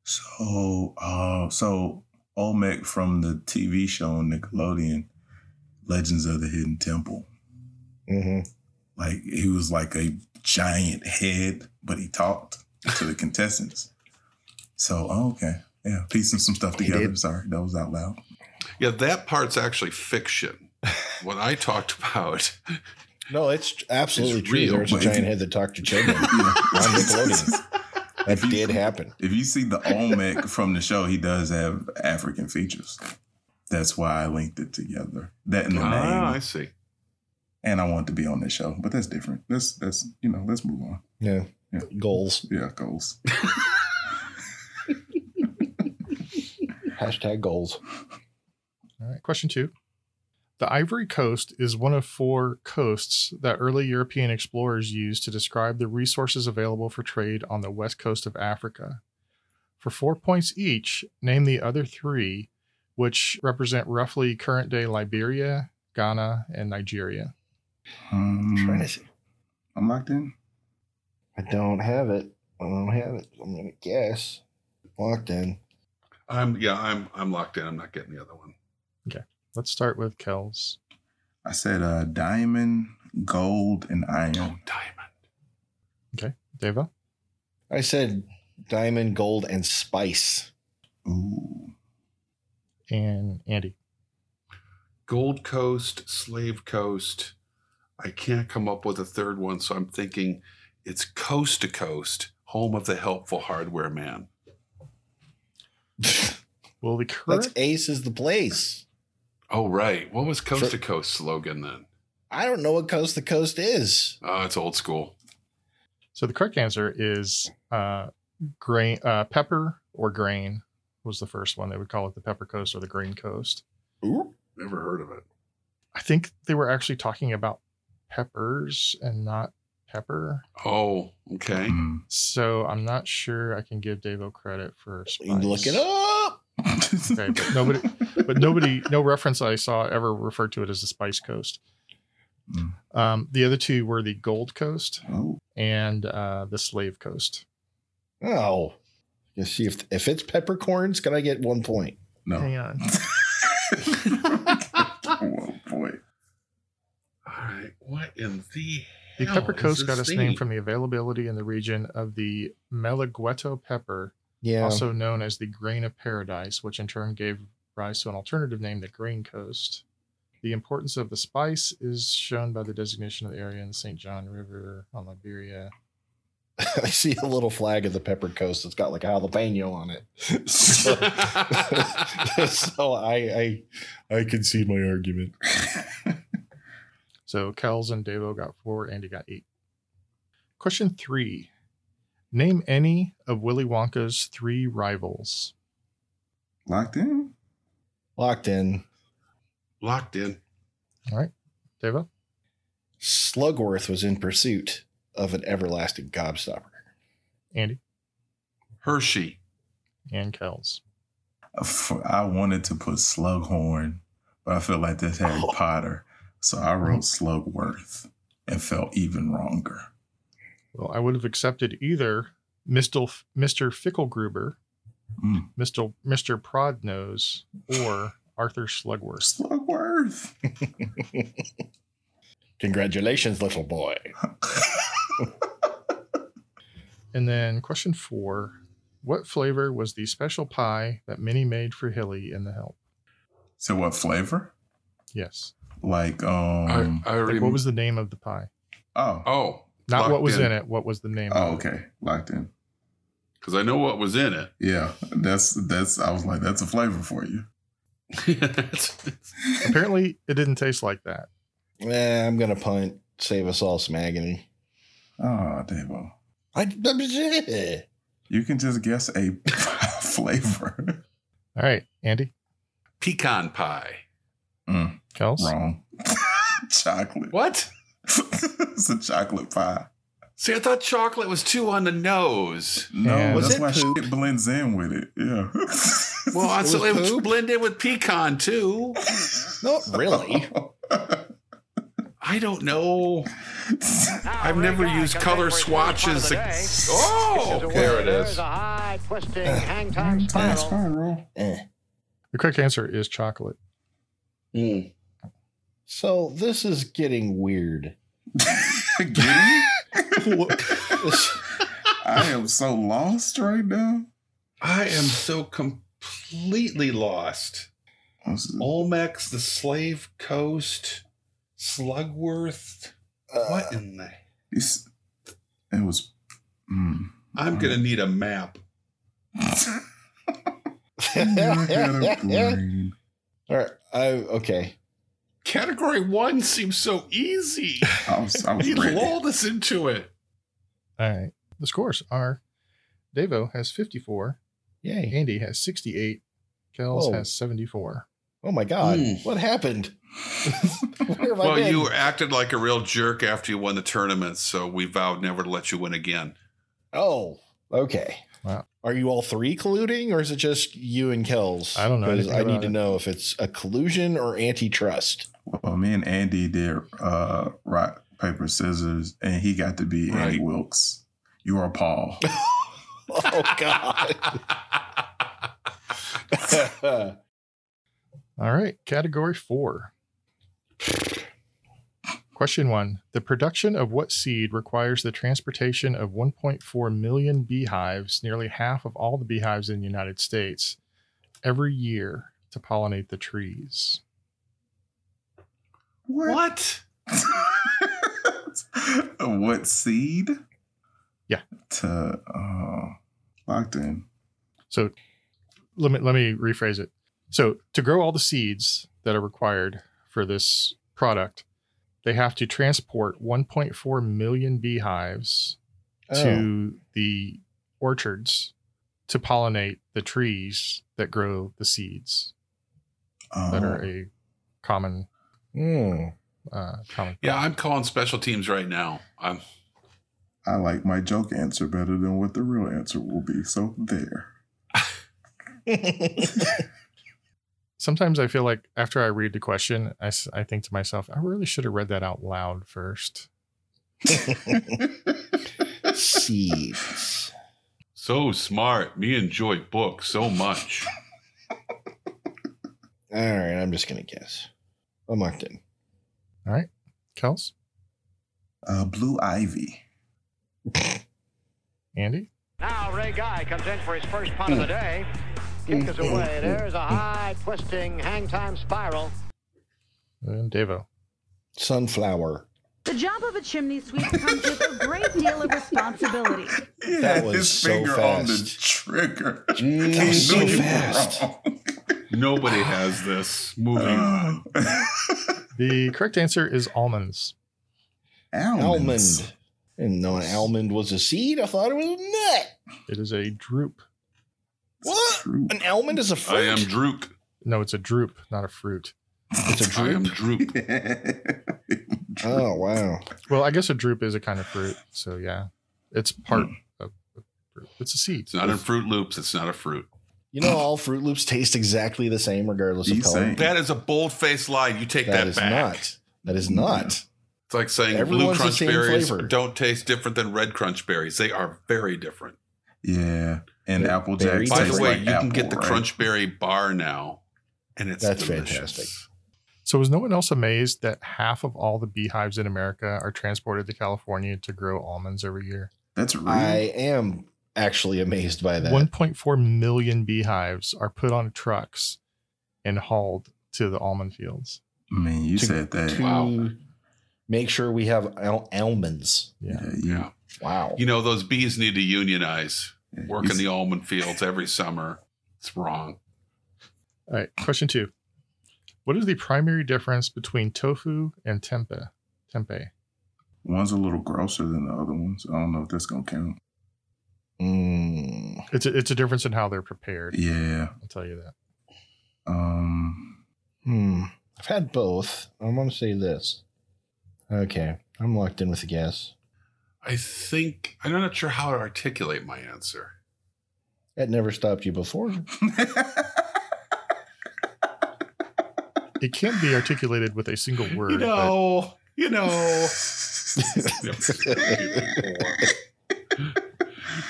[SPEAKER 2] So, uh, so Olmec from the TV show on Nickelodeon, Legends of the Hidden Temple.
[SPEAKER 1] Mm-hmm.
[SPEAKER 2] Like he was like a giant head, but he talked to the contestants. So, oh, okay, yeah, piecing some stuff
[SPEAKER 1] He
[SPEAKER 2] together.
[SPEAKER 1] did.
[SPEAKER 2] Sorry, that was out loud.
[SPEAKER 3] Yeah, that part's actually fiction. what I talked about
[SPEAKER 1] No, it's absolutely
[SPEAKER 3] It's
[SPEAKER 1] true.
[SPEAKER 3] real,
[SPEAKER 1] there was a
[SPEAKER 2] but-
[SPEAKER 1] giant head that talked to children on
[SPEAKER 2] Yeah.
[SPEAKER 1] Nickelodeon. That did happen.
[SPEAKER 2] If you see the Olmec from the show, he does have African features. That's why I linked it together. That and the
[SPEAKER 3] Ah, I
[SPEAKER 2] name,
[SPEAKER 3] see.
[SPEAKER 2] and I wanted to be on this show, but that's different. That's that's you know, let's move on.
[SPEAKER 1] Yeah.
[SPEAKER 2] Yeah.
[SPEAKER 1] Goals.
[SPEAKER 2] Yeah, goals.
[SPEAKER 1] Hashtag goals.
[SPEAKER 4] All right. Question two. The Ivory Coast is one of four coasts that early European explorers used to describe the resources available for trade on the west coast of Africa. For four points each, name the other three, which represent roughly current day Liberia, Ghana, and Nigeria.
[SPEAKER 2] Um,
[SPEAKER 1] I'm trying to see.
[SPEAKER 2] I'm locked in.
[SPEAKER 1] I don't have it. I don't have it. I'm gonna guess. Locked in.
[SPEAKER 3] I'm yeah, I'm I'm locked in. I'm not getting the other one.
[SPEAKER 4] Let's start with Kells.
[SPEAKER 2] I said uh, diamond, gold, and
[SPEAKER 3] Oh,
[SPEAKER 2] iron.
[SPEAKER 3] diamond.
[SPEAKER 4] Deva?
[SPEAKER 1] I said diamond, gold, and spice.
[SPEAKER 2] Ooh.
[SPEAKER 4] and Andy.
[SPEAKER 3] Gold Coast, Slave Coast. I can't come up with a third one, so I'm thinking it's coast to coast, home of the helpful hardware man.
[SPEAKER 4] Well, the
[SPEAKER 1] That's
[SPEAKER 4] current
[SPEAKER 1] Ace is the place.
[SPEAKER 3] Oh right, what was coast
[SPEAKER 1] Sure.
[SPEAKER 3] to coast slogan then?
[SPEAKER 1] I don't know what coast to coast is.
[SPEAKER 3] Oh, it's old school.
[SPEAKER 4] so the correct answer is uh, grain, uh, pepper or grain was the first one. They would call it the pepper coast or the grain coast.
[SPEAKER 1] Ooh.
[SPEAKER 3] Never heard of it.
[SPEAKER 4] I think they were actually talking about peppers and not pepper.
[SPEAKER 3] Oh, okay.
[SPEAKER 2] Hmm.
[SPEAKER 4] So I'm not sure I can give Davo credit for
[SPEAKER 1] You
[SPEAKER 4] spice.
[SPEAKER 1] look it up.
[SPEAKER 4] Okay, but nobody- but nobody, no reference I saw ever referred to it as the spice coast.
[SPEAKER 2] Mm.
[SPEAKER 4] Um, the other two were the gold coast
[SPEAKER 2] Oh,
[SPEAKER 4] and uh, the slave coast.
[SPEAKER 1] Oh. You see if if it's peppercorns, can I get one point?
[SPEAKER 2] no.
[SPEAKER 4] Hang on.
[SPEAKER 2] Whoa, Oh, boy.
[SPEAKER 3] All right. What in the
[SPEAKER 4] The
[SPEAKER 3] hell
[SPEAKER 4] pepper
[SPEAKER 3] is
[SPEAKER 4] coast got
[SPEAKER 3] this
[SPEAKER 4] its name
[SPEAKER 3] thing?
[SPEAKER 4] from the availability in the region of the Malagueto pepper,
[SPEAKER 1] Yeah.
[SPEAKER 4] also known as the grain of paradise, which in turn gave rise to an alternative name, the grain coast. The importance of the spice is shown by the designation of the area in the St. John River on Liberia.
[SPEAKER 1] I see a little flag of the pepper coast. It's got like a jalapeno on it. so, so I I I concede my argument.
[SPEAKER 4] So Kells and Devo got four, Andy got eight. Question three Name any of Willy Wonka's three rivals.
[SPEAKER 2] Locked in?
[SPEAKER 1] Locked in.
[SPEAKER 3] Locked in.
[SPEAKER 4] Devo?
[SPEAKER 1] Slugworth was in pursuit of an everlasting gobstopper.
[SPEAKER 4] Andy
[SPEAKER 3] Hershey.
[SPEAKER 4] and Kells.
[SPEAKER 2] For- I wanted to put Slughorn, but I feel like that's Harry
[SPEAKER 1] Oh.
[SPEAKER 2] Potter. So I wrote
[SPEAKER 4] Mm-hmm.
[SPEAKER 2] Slugworth and felt even wronger.
[SPEAKER 4] Well, I would have accepted either Mr. F- Mr. Ficklegruber,
[SPEAKER 2] Mm.
[SPEAKER 4] Mr. Mr. Prodnose, or Arthur Slugworth.
[SPEAKER 2] Slugworth.
[SPEAKER 1] Congratulations, little boy.
[SPEAKER 4] And then question four: What flavor was the special pie that Minnie made for Hilly in The Help?
[SPEAKER 2] so what flavor?
[SPEAKER 4] Yes.
[SPEAKER 2] Like um
[SPEAKER 3] I, I already.
[SPEAKER 4] Like, what was the name of the pie?
[SPEAKER 2] oh oh,
[SPEAKER 3] oh,
[SPEAKER 4] Not what was in it. What was the name? of it.
[SPEAKER 2] okay locked in
[SPEAKER 3] Because I know what was in it.
[SPEAKER 2] yeah that's that's I was like that's a flavor for you
[SPEAKER 4] Apparently, it didn't taste like that.
[SPEAKER 1] Eh, I'm gonna punt. Save us all some agony.
[SPEAKER 2] oh Davo
[SPEAKER 1] I, I
[SPEAKER 2] you can just guess a flavor
[SPEAKER 4] All right, Andy,
[SPEAKER 3] Pecan pie.
[SPEAKER 2] Mm,
[SPEAKER 4] Kels,
[SPEAKER 2] wrong chocolate
[SPEAKER 3] What?
[SPEAKER 2] it's a chocolate pie
[SPEAKER 3] See, I thought chocolate was too on the nose.
[SPEAKER 2] No,
[SPEAKER 4] Yeah.
[SPEAKER 1] Was
[SPEAKER 2] that's
[SPEAKER 1] it
[SPEAKER 2] why
[SPEAKER 1] poop?
[SPEAKER 2] shit blends in with it. Yeah.
[SPEAKER 3] Well, I
[SPEAKER 1] It
[SPEAKER 3] so
[SPEAKER 1] was
[SPEAKER 3] it was
[SPEAKER 1] poop?
[SPEAKER 3] blended with pecan too.
[SPEAKER 1] not really.
[SPEAKER 3] I don't know. I've never used color swatches. Oh, there it is. Mm,
[SPEAKER 7] high twisting hang time
[SPEAKER 2] That's
[SPEAKER 7] spiral.
[SPEAKER 2] fine, bro.
[SPEAKER 1] Eh.
[SPEAKER 4] the correct answer is chocolate.
[SPEAKER 3] Mm.
[SPEAKER 1] So this is getting weird.
[SPEAKER 2] Get it?
[SPEAKER 1] This-
[SPEAKER 2] I am so lost right now.
[SPEAKER 3] I am so completely lost.
[SPEAKER 2] This is-
[SPEAKER 1] Oh.
[SPEAKER 3] Olmecs, the Slave Coast, Slugworth.
[SPEAKER 1] uh,
[SPEAKER 3] What in the?
[SPEAKER 2] it's- It was. Mm.
[SPEAKER 3] I'm gonna need a map.
[SPEAKER 2] I got a brain.
[SPEAKER 1] all right. I okay.
[SPEAKER 3] Category one seems so easy.
[SPEAKER 2] I was, I was
[SPEAKER 3] He
[SPEAKER 2] ready.
[SPEAKER 3] lulled us into it.
[SPEAKER 4] All right, the scores are: Devo has fifty-four,
[SPEAKER 1] Yay.
[SPEAKER 4] Andy has 68 Kells
[SPEAKER 1] Whoa.
[SPEAKER 4] has 74.
[SPEAKER 1] Oh my God.
[SPEAKER 4] Hmm.
[SPEAKER 3] Mm.
[SPEAKER 1] What happened? Where have I
[SPEAKER 3] Well,
[SPEAKER 1] been?
[SPEAKER 3] you acted like a real jerk after you won the tournament, so we vowed never to let you win again.
[SPEAKER 1] Oh, okay.
[SPEAKER 4] Wow.
[SPEAKER 1] Are you all three colluding, or is it just you and Kells?
[SPEAKER 4] I don't know
[SPEAKER 1] 'Cause
[SPEAKER 4] anything
[SPEAKER 1] I need
[SPEAKER 4] about
[SPEAKER 1] to
[SPEAKER 4] it.
[SPEAKER 1] know if it's a collusion or antitrust.
[SPEAKER 2] Well, me and Andy did uh, rock, paper, scissors, and he got to be Andy
[SPEAKER 3] Right.
[SPEAKER 2] Wilkes. You are Paul.
[SPEAKER 1] Oh God.
[SPEAKER 4] All right, category four. Question one The production of what seed requires the transportation of 1.4 million beehives, nearly half of all the beehives in the United States, every year to pollinate the trees?
[SPEAKER 3] what?
[SPEAKER 2] what seed?
[SPEAKER 4] Yeah.
[SPEAKER 2] To uh, locked in.
[SPEAKER 4] So let me let me rephrase it. So to grow all the seeds that are required for this product, they have to transport 1.4 million beehives
[SPEAKER 1] Oh.
[SPEAKER 4] to the orchards to pollinate the trees that grow the seeds
[SPEAKER 2] Um,
[SPEAKER 4] that are a common
[SPEAKER 1] Hmm.
[SPEAKER 4] uh, common.
[SPEAKER 3] Yeah, I'm calling special teams right now. I'm
[SPEAKER 2] I like my joke answer better than what the real answer will be. So there.
[SPEAKER 4] Sometimes I feel like after I read the question, I, s- I think to myself, I really should have read that out loud first.
[SPEAKER 1] Seeds.
[SPEAKER 3] so smart. Me enjoy books so much.
[SPEAKER 1] All right, I'm just gonna guess. I'm locked in.
[SPEAKER 4] Kels,
[SPEAKER 2] Uh, Blue Ivy.
[SPEAKER 4] Andy,
[SPEAKER 7] Now Ray Guy comes in for his first punt of
[SPEAKER 3] Mm.
[SPEAKER 7] the day. Kick is away. There's a high twisting hang time spiral.
[SPEAKER 4] and Devo.
[SPEAKER 1] Sunflower.
[SPEAKER 8] The job of a chimney sweep comes with a great deal of responsibility.
[SPEAKER 2] He
[SPEAKER 1] That
[SPEAKER 2] had
[SPEAKER 1] was
[SPEAKER 2] his
[SPEAKER 1] so
[SPEAKER 2] finger on the
[SPEAKER 1] fast.
[SPEAKER 2] trigger.
[SPEAKER 1] That was
[SPEAKER 2] He
[SPEAKER 1] so
[SPEAKER 2] knew you were
[SPEAKER 1] fast.
[SPEAKER 2] wrong.
[SPEAKER 3] Nobody has this movie.
[SPEAKER 1] Uh,
[SPEAKER 4] The correct answer is almonds.
[SPEAKER 2] Almonds.
[SPEAKER 1] Almond. And no, an almond was a seed. I thought it was a nut.
[SPEAKER 4] It is a droop.
[SPEAKER 1] What?
[SPEAKER 2] True.
[SPEAKER 1] An almond is a
[SPEAKER 3] I
[SPEAKER 1] fruit.
[SPEAKER 3] am Drook.
[SPEAKER 4] No, it's a droop, not a fruit.
[SPEAKER 1] It's a
[SPEAKER 3] I am
[SPEAKER 1] droop.
[SPEAKER 3] Droop.
[SPEAKER 1] Oh wow.
[SPEAKER 4] Well, I guess a droop is a kind of fruit. So yeah, it's part of a fruit. It's a seed.
[SPEAKER 3] It's not in Fruit Loops. It's not a fruit.
[SPEAKER 1] You know, all Fruit Loops taste exactly the same, regardless
[SPEAKER 2] You
[SPEAKER 1] of color.
[SPEAKER 2] say.
[SPEAKER 3] That is a bold faced lie. You take that,
[SPEAKER 1] that is
[SPEAKER 3] back.
[SPEAKER 1] not. That is not.
[SPEAKER 3] It's like saying
[SPEAKER 1] Everyone's the
[SPEAKER 3] blue crunch
[SPEAKER 1] same
[SPEAKER 3] berries
[SPEAKER 1] flavor.
[SPEAKER 3] don't taste different than red crunch berries. They are very different.
[SPEAKER 2] yeah. And
[SPEAKER 1] They're
[SPEAKER 2] Apple Jacks.
[SPEAKER 1] very
[SPEAKER 3] By
[SPEAKER 1] tastes
[SPEAKER 3] the way,
[SPEAKER 2] like
[SPEAKER 3] you can
[SPEAKER 2] apple,
[SPEAKER 3] get the
[SPEAKER 2] right?
[SPEAKER 3] crunch berry bar now, and it's
[SPEAKER 1] That's
[SPEAKER 3] delicious.
[SPEAKER 1] fantastic.
[SPEAKER 4] So was no one else amazed that half of all the beehives in America are transported to California to grow almonds every year?
[SPEAKER 2] That's real.
[SPEAKER 1] I am actually amazed by that.
[SPEAKER 4] 1.4 million beehives are put on trucks and hauled to the almond fields.
[SPEAKER 2] Man, you
[SPEAKER 1] To-
[SPEAKER 2] said that.
[SPEAKER 1] to
[SPEAKER 3] Wow.
[SPEAKER 1] make sure we have al- almonds.
[SPEAKER 2] Yeah,
[SPEAKER 4] Yeah.
[SPEAKER 2] you,
[SPEAKER 3] Yeah.
[SPEAKER 1] Wow.
[SPEAKER 3] You know, those bees need to unionize,
[SPEAKER 2] yeah,
[SPEAKER 3] work
[SPEAKER 2] you s-
[SPEAKER 3] in the almond fields every summer. It's wrong.
[SPEAKER 4] All right. Question two. What is the primary difference between tofu and tempeh? Tempeh.
[SPEAKER 2] One's a little grosser than the other ones. I don't know if that's gonna count.
[SPEAKER 1] Mm.
[SPEAKER 4] It's a, it's a difference in how they're prepared.
[SPEAKER 2] Yeah.
[SPEAKER 4] I'll tell you that.
[SPEAKER 2] Um.
[SPEAKER 1] Hmm. I've had both. I'm going to say this. Okay. I'm locked in with a guess.
[SPEAKER 3] I think I'm not sure how to articulate my answer.
[SPEAKER 1] That never stopped you before.
[SPEAKER 4] It can't be articulated with a single word.
[SPEAKER 3] You know, you
[SPEAKER 4] but
[SPEAKER 3] know.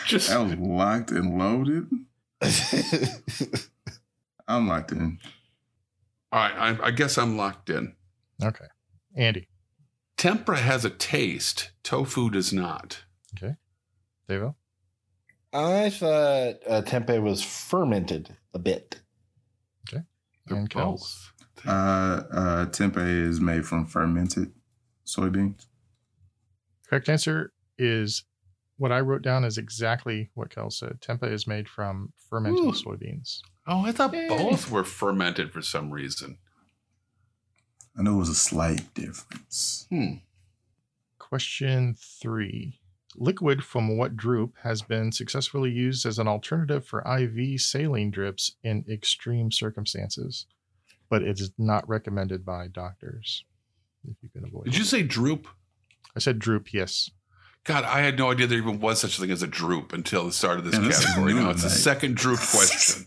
[SPEAKER 3] Just
[SPEAKER 2] I was locked and loaded. I'm locked in.
[SPEAKER 3] all right. I, I guess I'm locked in.
[SPEAKER 4] Okay. Andy,
[SPEAKER 3] Tempura has a taste. Tofu does not.
[SPEAKER 4] Devo,
[SPEAKER 1] I thought uh, tempeh was fermented a bit.
[SPEAKER 3] They're
[SPEAKER 4] And
[SPEAKER 3] both.
[SPEAKER 4] cows.
[SPEAKER 2] Uh, uh, tempeh is made from fermented soybeans.
[SPEAKER 4] correct answer is what I wrote down is exactly what Kel said. Tempeh is made from fermented
[SPEAKER 3] Ooh.
[SPEAKER 4] soybeans.
[SPEAKER 3] Oh, I thought
[SPEAKER 1] Yay.
[SPEAKER 3] both were fermented for some reason.
[SPEAKER 2] I know it was a slight difference.
[SPEAKER 3] Hmm.
[SPEAKER 4] Question three Liquid from What Droop has been successfully used as an alternative for IV saline drips in extreme circumstances, but it is not recommended by doctors. If you can avoid
[SPEAKER 3] Did you
[SPEAKER 4] it.
[SPEAKER 3] say droop?
[SPEAKER 4] I said droop, yes.
[SPEAKER 3] God, I had no idea there even was such a thing as a droop until the start of this
[SPEAKER 2] Yeah, this is
[SPEAKER 3] category.
[SPEAKER 2] new
[SPEAKER 3] Now it's the
[SPEAKER 2] tonight.
[SPEAKER 3] second droop question.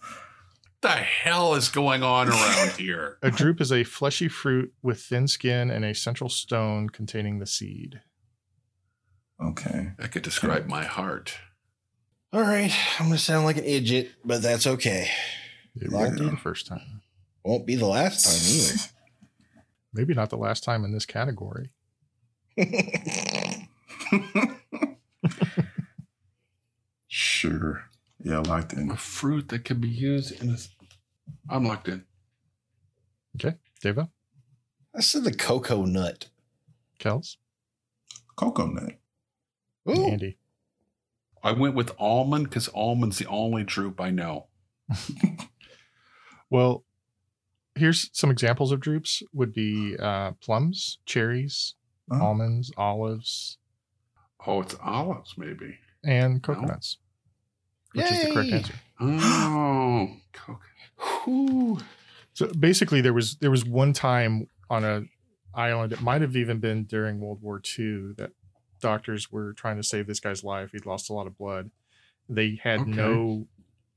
[SPEAKER 3] the hell is going on around here?
[SPEAKER 4] A drupe is a fleshy fruit with thin skin and a central stone containing the seed.
[SPEAKER 2] Okay.
[SPEAKER 3] That could describe my heart.
[SPEAKER 1] All right, I'm gonna sound like an idiot, but that's okay.
[SPEAKER 4] It
[SPEAKER 1] Locked
[SPEAKER 4] won't be
[SPEAKER 1] in?
[SPEAKER 4] the first time.
[SPEAKER 1] Won't be the last
[SPEAKER 4] Maybe not the last time in this category.
[SPEAKER 1] time either.
[SPEAKER 2] Sure. Yeah, locked in.
[SPEAKER 3] A fruit that can be used in a. s- I'm locked in.
[SPEAKER 4] Okay. Deva,
[SPEAKER 1] I said the cocoa nut.
[SPEAKER 4] Kels,
[SPEAKER 2] Cocoa nut.
[SPEAKER 4] and
[SPEAKER 1] Ooh,
[SPEAKER 4] Andy.
[SPEAKER 3] I went with almond because almond's the only droop I know.
[SPEAKER 4] Well, here's some examples of drupes would be uh, plums, cherries,
[SPEAKER 2] Huh?
[SPEAKER 4] almonds, olives,
[SPEAKER 3] Oh, it's olives, maybe.
[SPEAKER 4] and coconuts, which is the correct
[SPEAKER 1] Yay.
[SPEAKER 4] answer.
[SPEAKER 3] Oh, coke. Whew.
[SPEAKER 4] So basically, there was there was one time on a island. It might have even been during World War II that doctors were trying to save this guy's life. He'd lost a lot of blood. They had
[SPEAKER 3] Okay.
[SPEAKER 4] no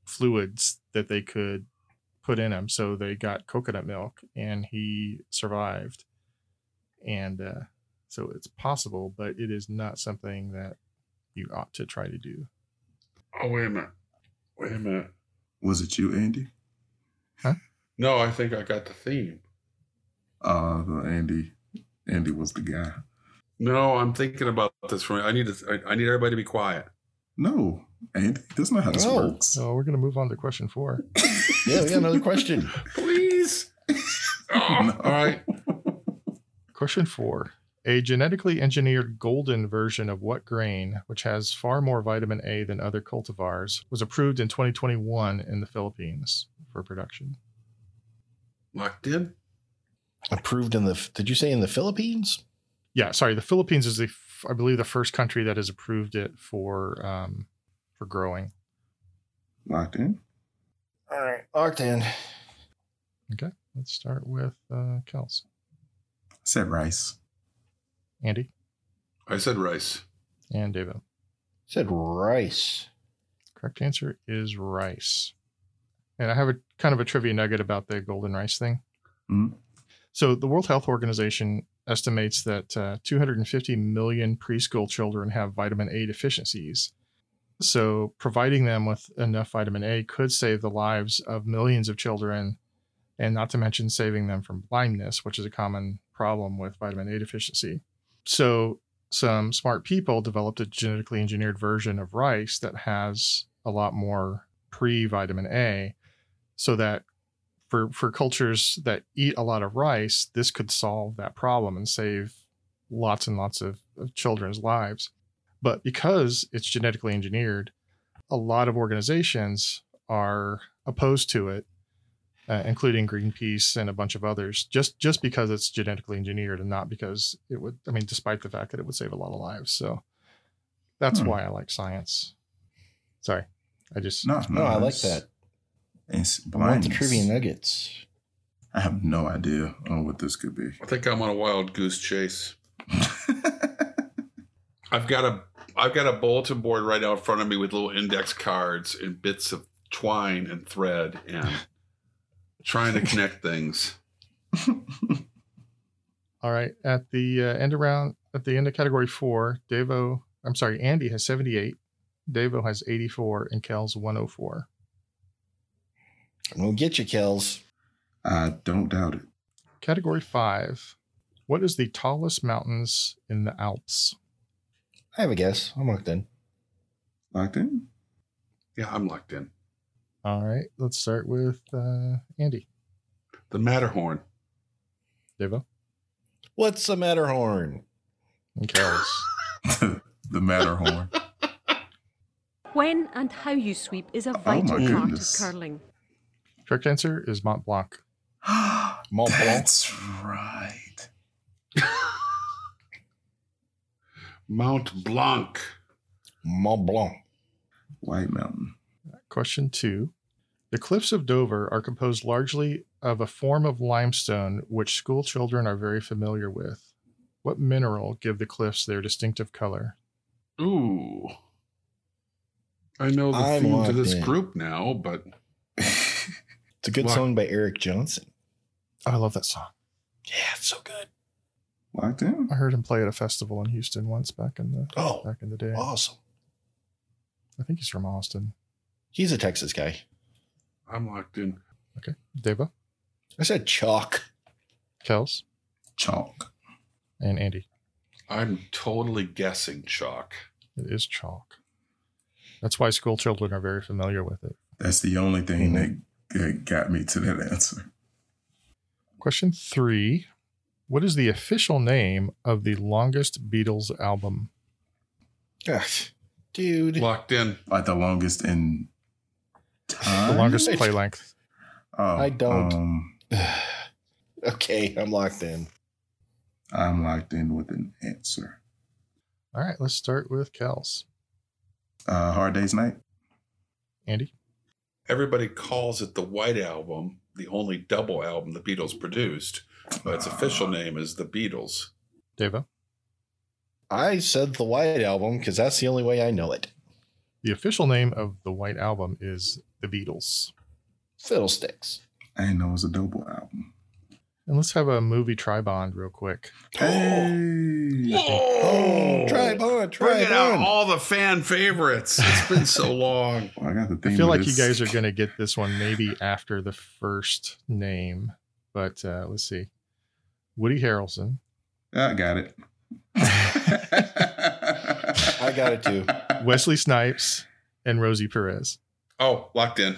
[SPEAKER 4] fluids that they could put in him, so they got coconut milk, and he survived. And uh, so it's possible, but it is not something that you ought to try to do.
[SPEAKER 3] Oh, wait a minute. Wait a minute.
[SPEAKER 2] Was it you, Andy?
[SPEAKER 3] No, I think I got the theme.
[SPEAKER 2] Uh the Andy. Andy was the guy.
[SPEAKER 3] No, I'm thinking about this for I need to. I, I need everybody to be quiet.
[SPEAKER 2] No, Andy, that's not how this
[SPEAKER 1] No.
[SPEAKER 2] works.
[SPEAKER 4] So we're gonna move on to question four.
[SPEAKER 1] Yeah, we got another question.
[SPEAKER 3] Please. Oh,
[SPEAKER 2] No.
[SPEAKER 3] All right.
[SPEAKER 4] Question four. A genetically engineered golden version of what grain, which has far more vitamin A than other cultivars, was approved in 2021 in the Philippines for production?
[SPEAKER 3] Locked in.
[SPEAKER 1] Approved in the. Did you say in the Philippines?
[SPEAKER 4] Yeah, sorry. The Philippines is the, f- I believe, the first country that has approved it for um, for growing.
[SPEAKER 2] Locked in.
[SPEAKER 1] All right, locked in.
[SPEAKER 4] Okay, let's start with uh, Kels,
[SPEAKER 2] Said rice.
[SPEAKER 4] Andy,
[SPEAKER 3] I said rice.
[SPEAKER 4] and David.
[SPEAKER 1] Said rice.
[SPEAKER 4] Correct answer is rice. And I have a kind of a trivia nugget about the golden rice thing.
[SPEAKER 2] Mhm.
[SPEAKER 4] So the World Health Organization estimates that uh, 250 million preschool children have vitamin A deficiencies. So providing them with enough vitamin A could save the lives of millions of children, and not to mention saving them from blindness, which is a common problem with vitamin A deficiency. So some smart people developed a genetically engineered version of rice that has a lot more pre vitamin A so that for for cultures that eat a lot of rice this could solve that problem and save lots and lots of, of children's lives but because it's genetically engineered a lot of organizations are opposed to it uh, including Greenpeace and a bunch of others, just just because it's genetically engineered and not because it would. I mean, despite the fact that it would save a lot of lives, so that's
[SPEAKER 2] Hmm.
[SPEAKER 4] why I like science. Sorry, I just
[SPEAKER 2] No,
[SPEAKER 1] No, Oh, I like
[SPEAKER 2] that's-
[SPEAKER 1] that.
[SPEAKER 2] It's
[SPEAKER 1] I want the
[SPEAKER 2] blindness.
[SPEAKER 1] trivia nuggets.
[SPEAKER 2] I have no idea on what this could be.
[SPEAKER 3] I think I'm on a wild goose chase. I've got a I've got a bulletin board right out in front of me with little index cards and bits of twine and thread and trying to connect things.
[SPEAKER 4] all right at the uh, end around at the end of category four. Devo, I'm sorry, Andy has 78, Devo has 84, and Kel's 104.
[SPEAKER 1] I'm gonna get you, Kels.
[SPEAKER 2] I don't doubt it.
[SPEAKER 4] Category five. What is the tallest mountains in the Alps?
[SPEAKER 1] I have a guess. I'm locked in.
[SPEAKER 2] Locked in.
[SPEAKER 3] Yeah, I'm locked in.
[SPEAKER 4] All right, let's start with uh, Andy.
[SPEAKER 3] The Matterhorn.
[SPEAKER 4] Devo
[SPEAKER 1] What's the Matterhorn?
[SPEAKER 4] and Kel's.
[SPEAKER 2] the Matterhorn.
[SPEAKER 8] When and how you sweep is a
[SPEAKER 2] Oh my
[SPEAKER 8] vital part of
[SPEAKER 2] goodness.
[SPEAKER 8] curling.
[SPEAKER 4] Correct answer is Mont Blanc.
[SPEAKER 1] Mont Blanc.
[SPEAKER 2] That's right.
[SPEAKER 3] Mount Blanc.
[SPEAKER 1] Mont Blanc.
[SPEAKER 2] White Mountain.
[SPEAKER 4] Question two. The cliffs of Dover are composed largely of a form of limestone which school children are very familiar with. What mineral give the cliffs their distinctive color?
[SPEAKER 3] Ooh. I know the
[SPEAKER 1] I'm
[SPEAKER 3] theme to
[SPEAKER 1] locked
[SPEAKER 3] this
[SPEAKER 1] in.
[SPEAKER 3] group now, but
[SPEAKER 1] It's a good
[SPEAKER 3] Wow.
[SPEAKER 1] song by Eric Johnson.
[SPEAKER 4] I love that song.
[SPEAKER 1] Yeah, it's so good.
[SPEAKER 2] Locked in.
[SPEAKER 4] I heard him play at a festival in Houston once back in the
[SPEAKER 1] Oh,
[SPEAKER 4] back in the day.
[SPEAKER 1] awesome.
[SPEAKER 4] I think he's from Austin.
[SPEAKER 1] He's a Texas guy.
[SPEAKER 3] I'm locked in.
[SPEAKER 4] Okay. Deva,
[SPEAKER 1] I said chalk.
[SPEAKER 4] Kels,
[SPEAKER 2] Chalk.
[SPEAKER 4] and Andy.
[SPEAKER 3] I'm totally guessing chalk.
[SPEAKER 4] It is chalk. That's why school children are very familiar with it.
[SPEAKER 2] That's the only thing
[SPEAKER 1] Mm-hmm.
[SPEAKER 2] that, that got me to that answer.
[SPEAKER 4] Question three What is the official name of the longest Beatles album?
[SPEAKER 1] Ugh, Dude.
[SPEAKER 3] Locked in.
[SPEAKER 2] Like the longest in time.
[SPEAKER 4] The longest
[SPEAKER 1] Nice.
[SPEAKER 4] play length.
[SPEAKER 2] Oh,
[SPEAKER 1] I don't.
[SPEAKER 2] Um,
[SPEAKER 1] okay, I'm locked in.
[SPEAKER 2] I'm locked in with an answer.
[SPEAKER 4] All right, let's start with Kels.
[SPEAKER 2] Uh, Hard Day's Night.
[SPEAKER 4] Andy,
[SPEAKER 3] Everybody calls it the White Album, the only double album the Beatles produced, but its official name is the Beatles.
[SPEAKER 4] Devo.
[SPEAKER 1] I said the White Album because that's the only way I know it.
[SPEAKER 4] The official name of the White Album is The Beatles.
[SPEAKER 1] Fiddlesticks.
[SPEAKER 2] I didn't know it was a double album.
[SPEAKER 4] And let's have a movie tribond real quick.
[SPEAKER 2] Hey.
[SPEAKER 1] Oh, try on, try
[SPEAKER 3] Bringing out
[SPEAKER 1] on.
[SPEAKER 3] all the fan favorites. It's been so long.
[SPEAKER 2] Well, I got the thing.
[SPEAKER 4] I feel like you guys are going to get this one maybe after the first name, but uh, let's see. Woody Harrelson,
[SPEAKER 2] I got it. I
[SPEAKER 1] got it too.
[SPEAKER 4] Wesley Snipes, and Rosie Perez.
[SPEAKER 3] Oh, locked in.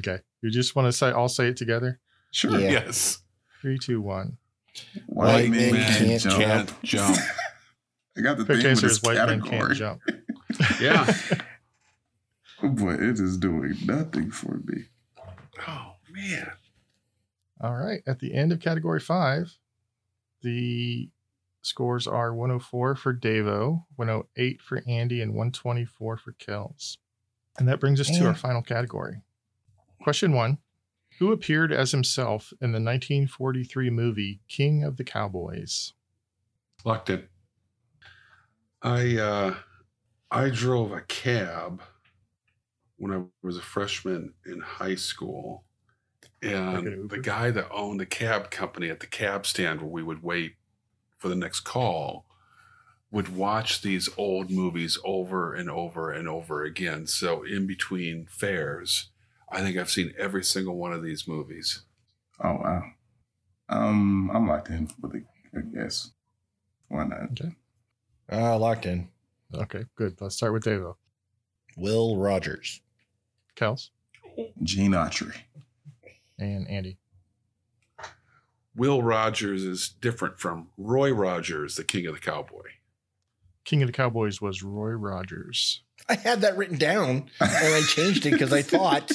[SPEAKER 4] Okay. You just want to say, I'll say it together.
[SPEAKER 2] Sure.
[SPEAKER 1] Yeah.
[SPEAKER 3] Yes.
[SPEAKER 4] Three, two, one.
[SPEAKER 1] White man can't jump.
[SPEAKER 3] Jump.
[SPEAKER 2] I got the thing
[SPEAKER 4] Quick
[SPEAKER 2] with
[SPEAKER 4] answer is
[SPEAKER 2] this
[SPEAKER 4] white man can't
[SPEAKER 2] category,
[SPEAKER 4] jump.
[SPEAKER 3] Yeah.
[SPEAKER 2] but it is doing nothing for me.
[SPEAKER 3] Oh man.
[SPEAKER 4] All right. At the end of category five, the scores are 104 for Davo, 108 for Andy, and 124 for Kells. And that brings us to our
[SPEAKER 1] Yeah.
[SPEAKER 4] final category. Question one Who appeared as himself in the 1943 movie King of the Cowboys?
[SPEAKER 3] Locked in. I uh I drove a cab when I was a freshman in high school.
[SPEAKER 4] Like an
[SPEAKER 3] And
[SPEAKER 4] Uber?
[SPEAKER 3] the guy that owned the cab company at the cab stand where we would wait for the next call would watch these old movies over and over and over again. So in between fares, I think I've seen every single one of these movies.
[SPEAKER 2] Oh wow. Um, I'm locked in with it, I guess. Why not?
[SPEAKER 1] Ah, locked in.
[SPEAKER 4] Okay, good. Let's start with Davo.
[SPEAKER 1] Will Rogers.
[SPEAKER 4] Kels
[SPEAKER 2] Gene Autry.
[SPEAKER 4] and Andy.
[SPEAKER 3] Will Rogers is different from Roy Rogers, the King of the Cowboy.
[SPEAKER 4] King of the Cowboys was Roy Rogers.
[SPEAKER 1] I had that written down and I changed it because I thought,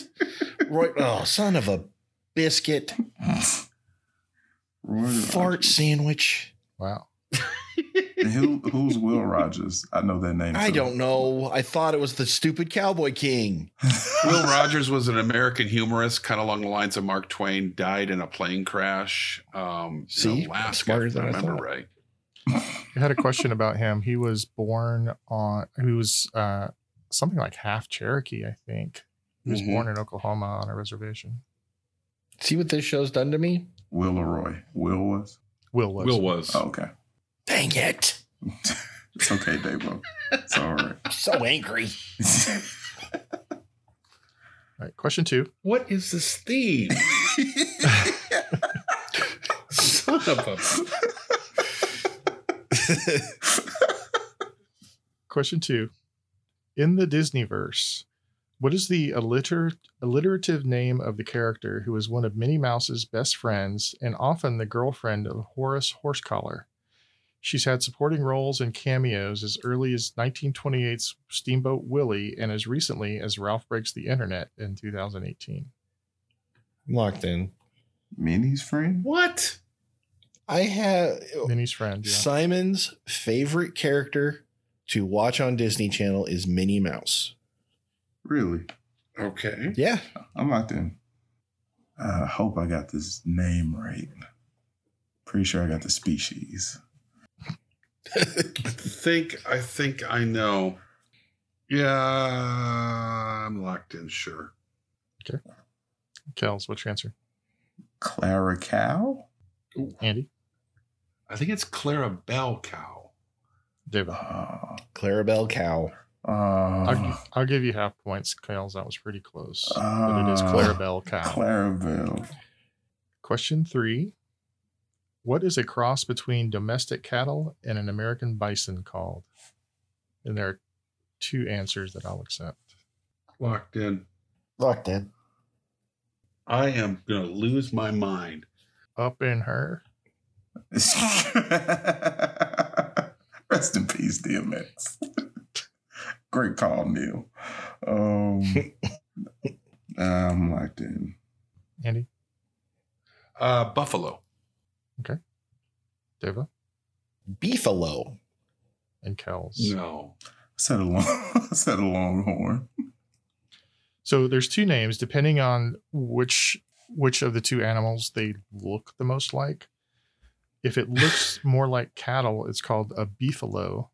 [SPEAKER 1] Roy, oh, son of a biscuit,
[SPEAKER 2] Roy
[SPEAKER 1] fart
[SPEAKER 2] Rogers.
[SPEAKER 1] sandwich.
[SPEAKER 4] Wow.
[SPEAKER 2] And Who, who's Will Rogers? I know that name.
[SPEAKER 1] I
[SPEAKER 2] too.
[SPEAKER 1] don't know. I thought it was the stupid Cowboy King.
[SPEAKER 3] Will Rogers was an American humorist, kind of along the lines of Mark Twain. Died in a plane crash um,
[SPEAKER 1] See?
[SPEAKER 3] in Alaska,
[SPEAKER 1] Smarter
[SPEAKER 3] if I
[SPEAKER 1] than I
[SPEAKER 3] remember
[SPEAKER 1] thought.
[SPEAKER 3] right.
[SPEAKER 4] I had a question about him. He was born on. He was uh, something like half Cherokee, I think. He was
[SPEAKER 3] Mhm.
[SPEAKER 4] born in Oklahoma on a reservation.
[SPEAKER 1] See what this show's done to me?
[SPEAKER 2] Will or Roy? Will was.
[SPEAKER 4] Will was.
[SPEAKER 3] Will was.
[SPEAKER 2] Oh, okay.
[SPEAKER 1] Dang it.
[SPEAKER 2] It's okay, Davo. It's all right.
[SPEAKER 1] I'm so angry.
[SPEAKER 4] All right, question two.
[SPEAKER 3] What is this theme? Son of a.
[SPEAKER 4] Question two. In the Disneyverse, what is the alliter- alliterative name of the character who is one of Minnie Mouse's best friends and often the girlfriend of Horace Horsecollar? She's had supporting roles and cameos as early as 1928's Steamboat Willie and as recently as Ralph Breaks the Internet in 2018.
[SPEAKER 1] I'm locked in.
[SPEAKER 2] Minnie's friend?
[SPEAKER 3] What?
[SPEAKER 1] I have Oh,
[SPEAKER 4] Minnie's friend. Yeah.
[SPEAKER 1] Simon's favorite character to watch on Disney Channel is Minnie Mouse.
[SPEAKER 2] Really?
[SPEAKER 3] Okay.
[SPEAKER 1] Yeah.
[SPEAKER 2] I'm out there. I hope I got this name right. Pretty sure I got the species.
[SPEAKER 3] I think I think I know. Yeah, I'm locked in. Sure.
[SPEAKER 4] Kels, what's your answer?
[SPEAKER 2] Clara cow?
[SPEAKER 4] Andy,
[SPEAKER 3] I think it's Clarabelle Cow.
[SPEAKER 4] David.
[SPEAKER 2] Oh,
[SPEAKER 1] Clarabelle Cow.
[SPEAKER 2] oh,
[SPEAKER 4] I'll, I'll give you half points, Kels. That was pretty close. but it is
[SPEAKER 2] Ah.
[SPEAKER 4] Clarabelle Cow.
[SPEAKER 2] Clarabelle.
[SPEAKER 4] Question three What is a cross between domestic cattle and an American bison called? And there are two answers that I'll accept.
[SPEAKER 3] Locked in.
[SPEAKER 1] Locked in.
[SPEAKER 3] I am gonna lose my mind.
[SPEAKER 4] Up in her.
[SPEAKER 2] Rest in peace, DMX. Great call, Neil. Um, I'm locked in.
[SPEAKER 4] Andy,
[SPEAKER 3] Uh, Buffalo.
[SPEAKER 4] Deva,
[SPEAKER 1] Beefalo.
[SPEAKER 4] and Kells.
[SPEAKER 3] No.
[SPEAKER 2] Said a long, said a longhorn.
[SPEAKER 4] So there's two names depending on which which of the two animals they look the most like. If it looks more like cattle, it's called a beefalo.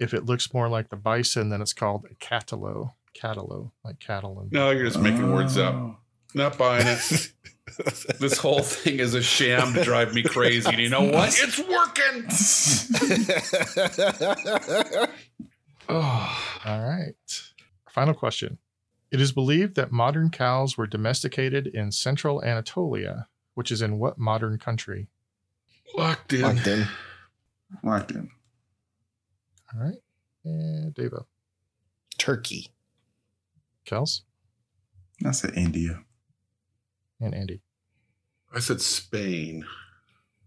[SPEAKER 4] If it looks more like the bison, then it's called a catalo. Catalo, like cattle and
[SPEAKER 3] No, you're just making words up.
[SPEAKER 2] Oh,
[SPEAKER 3] Not buying it. this whole thing is a sham to drive me crazy. And you know what? It's working. Oh,
[SPEAKER 4] All right. Final question. It is believed that modern cows were domesticated in central Anatolia, which is in what modern country?
[SPEAKER 3] locked in.
[SPEAKER 1] Locked in.
[SPEAKER 2] Locked in.
[SPEAKER 4] All right. And Devo.
[SPEAKER 1] Turkey.
[SPEAKER 4] Kels
[SPEAKER 2] I said India.
[SPEAKER 4] and Andy.
[SPEAKER 3] I said Spain.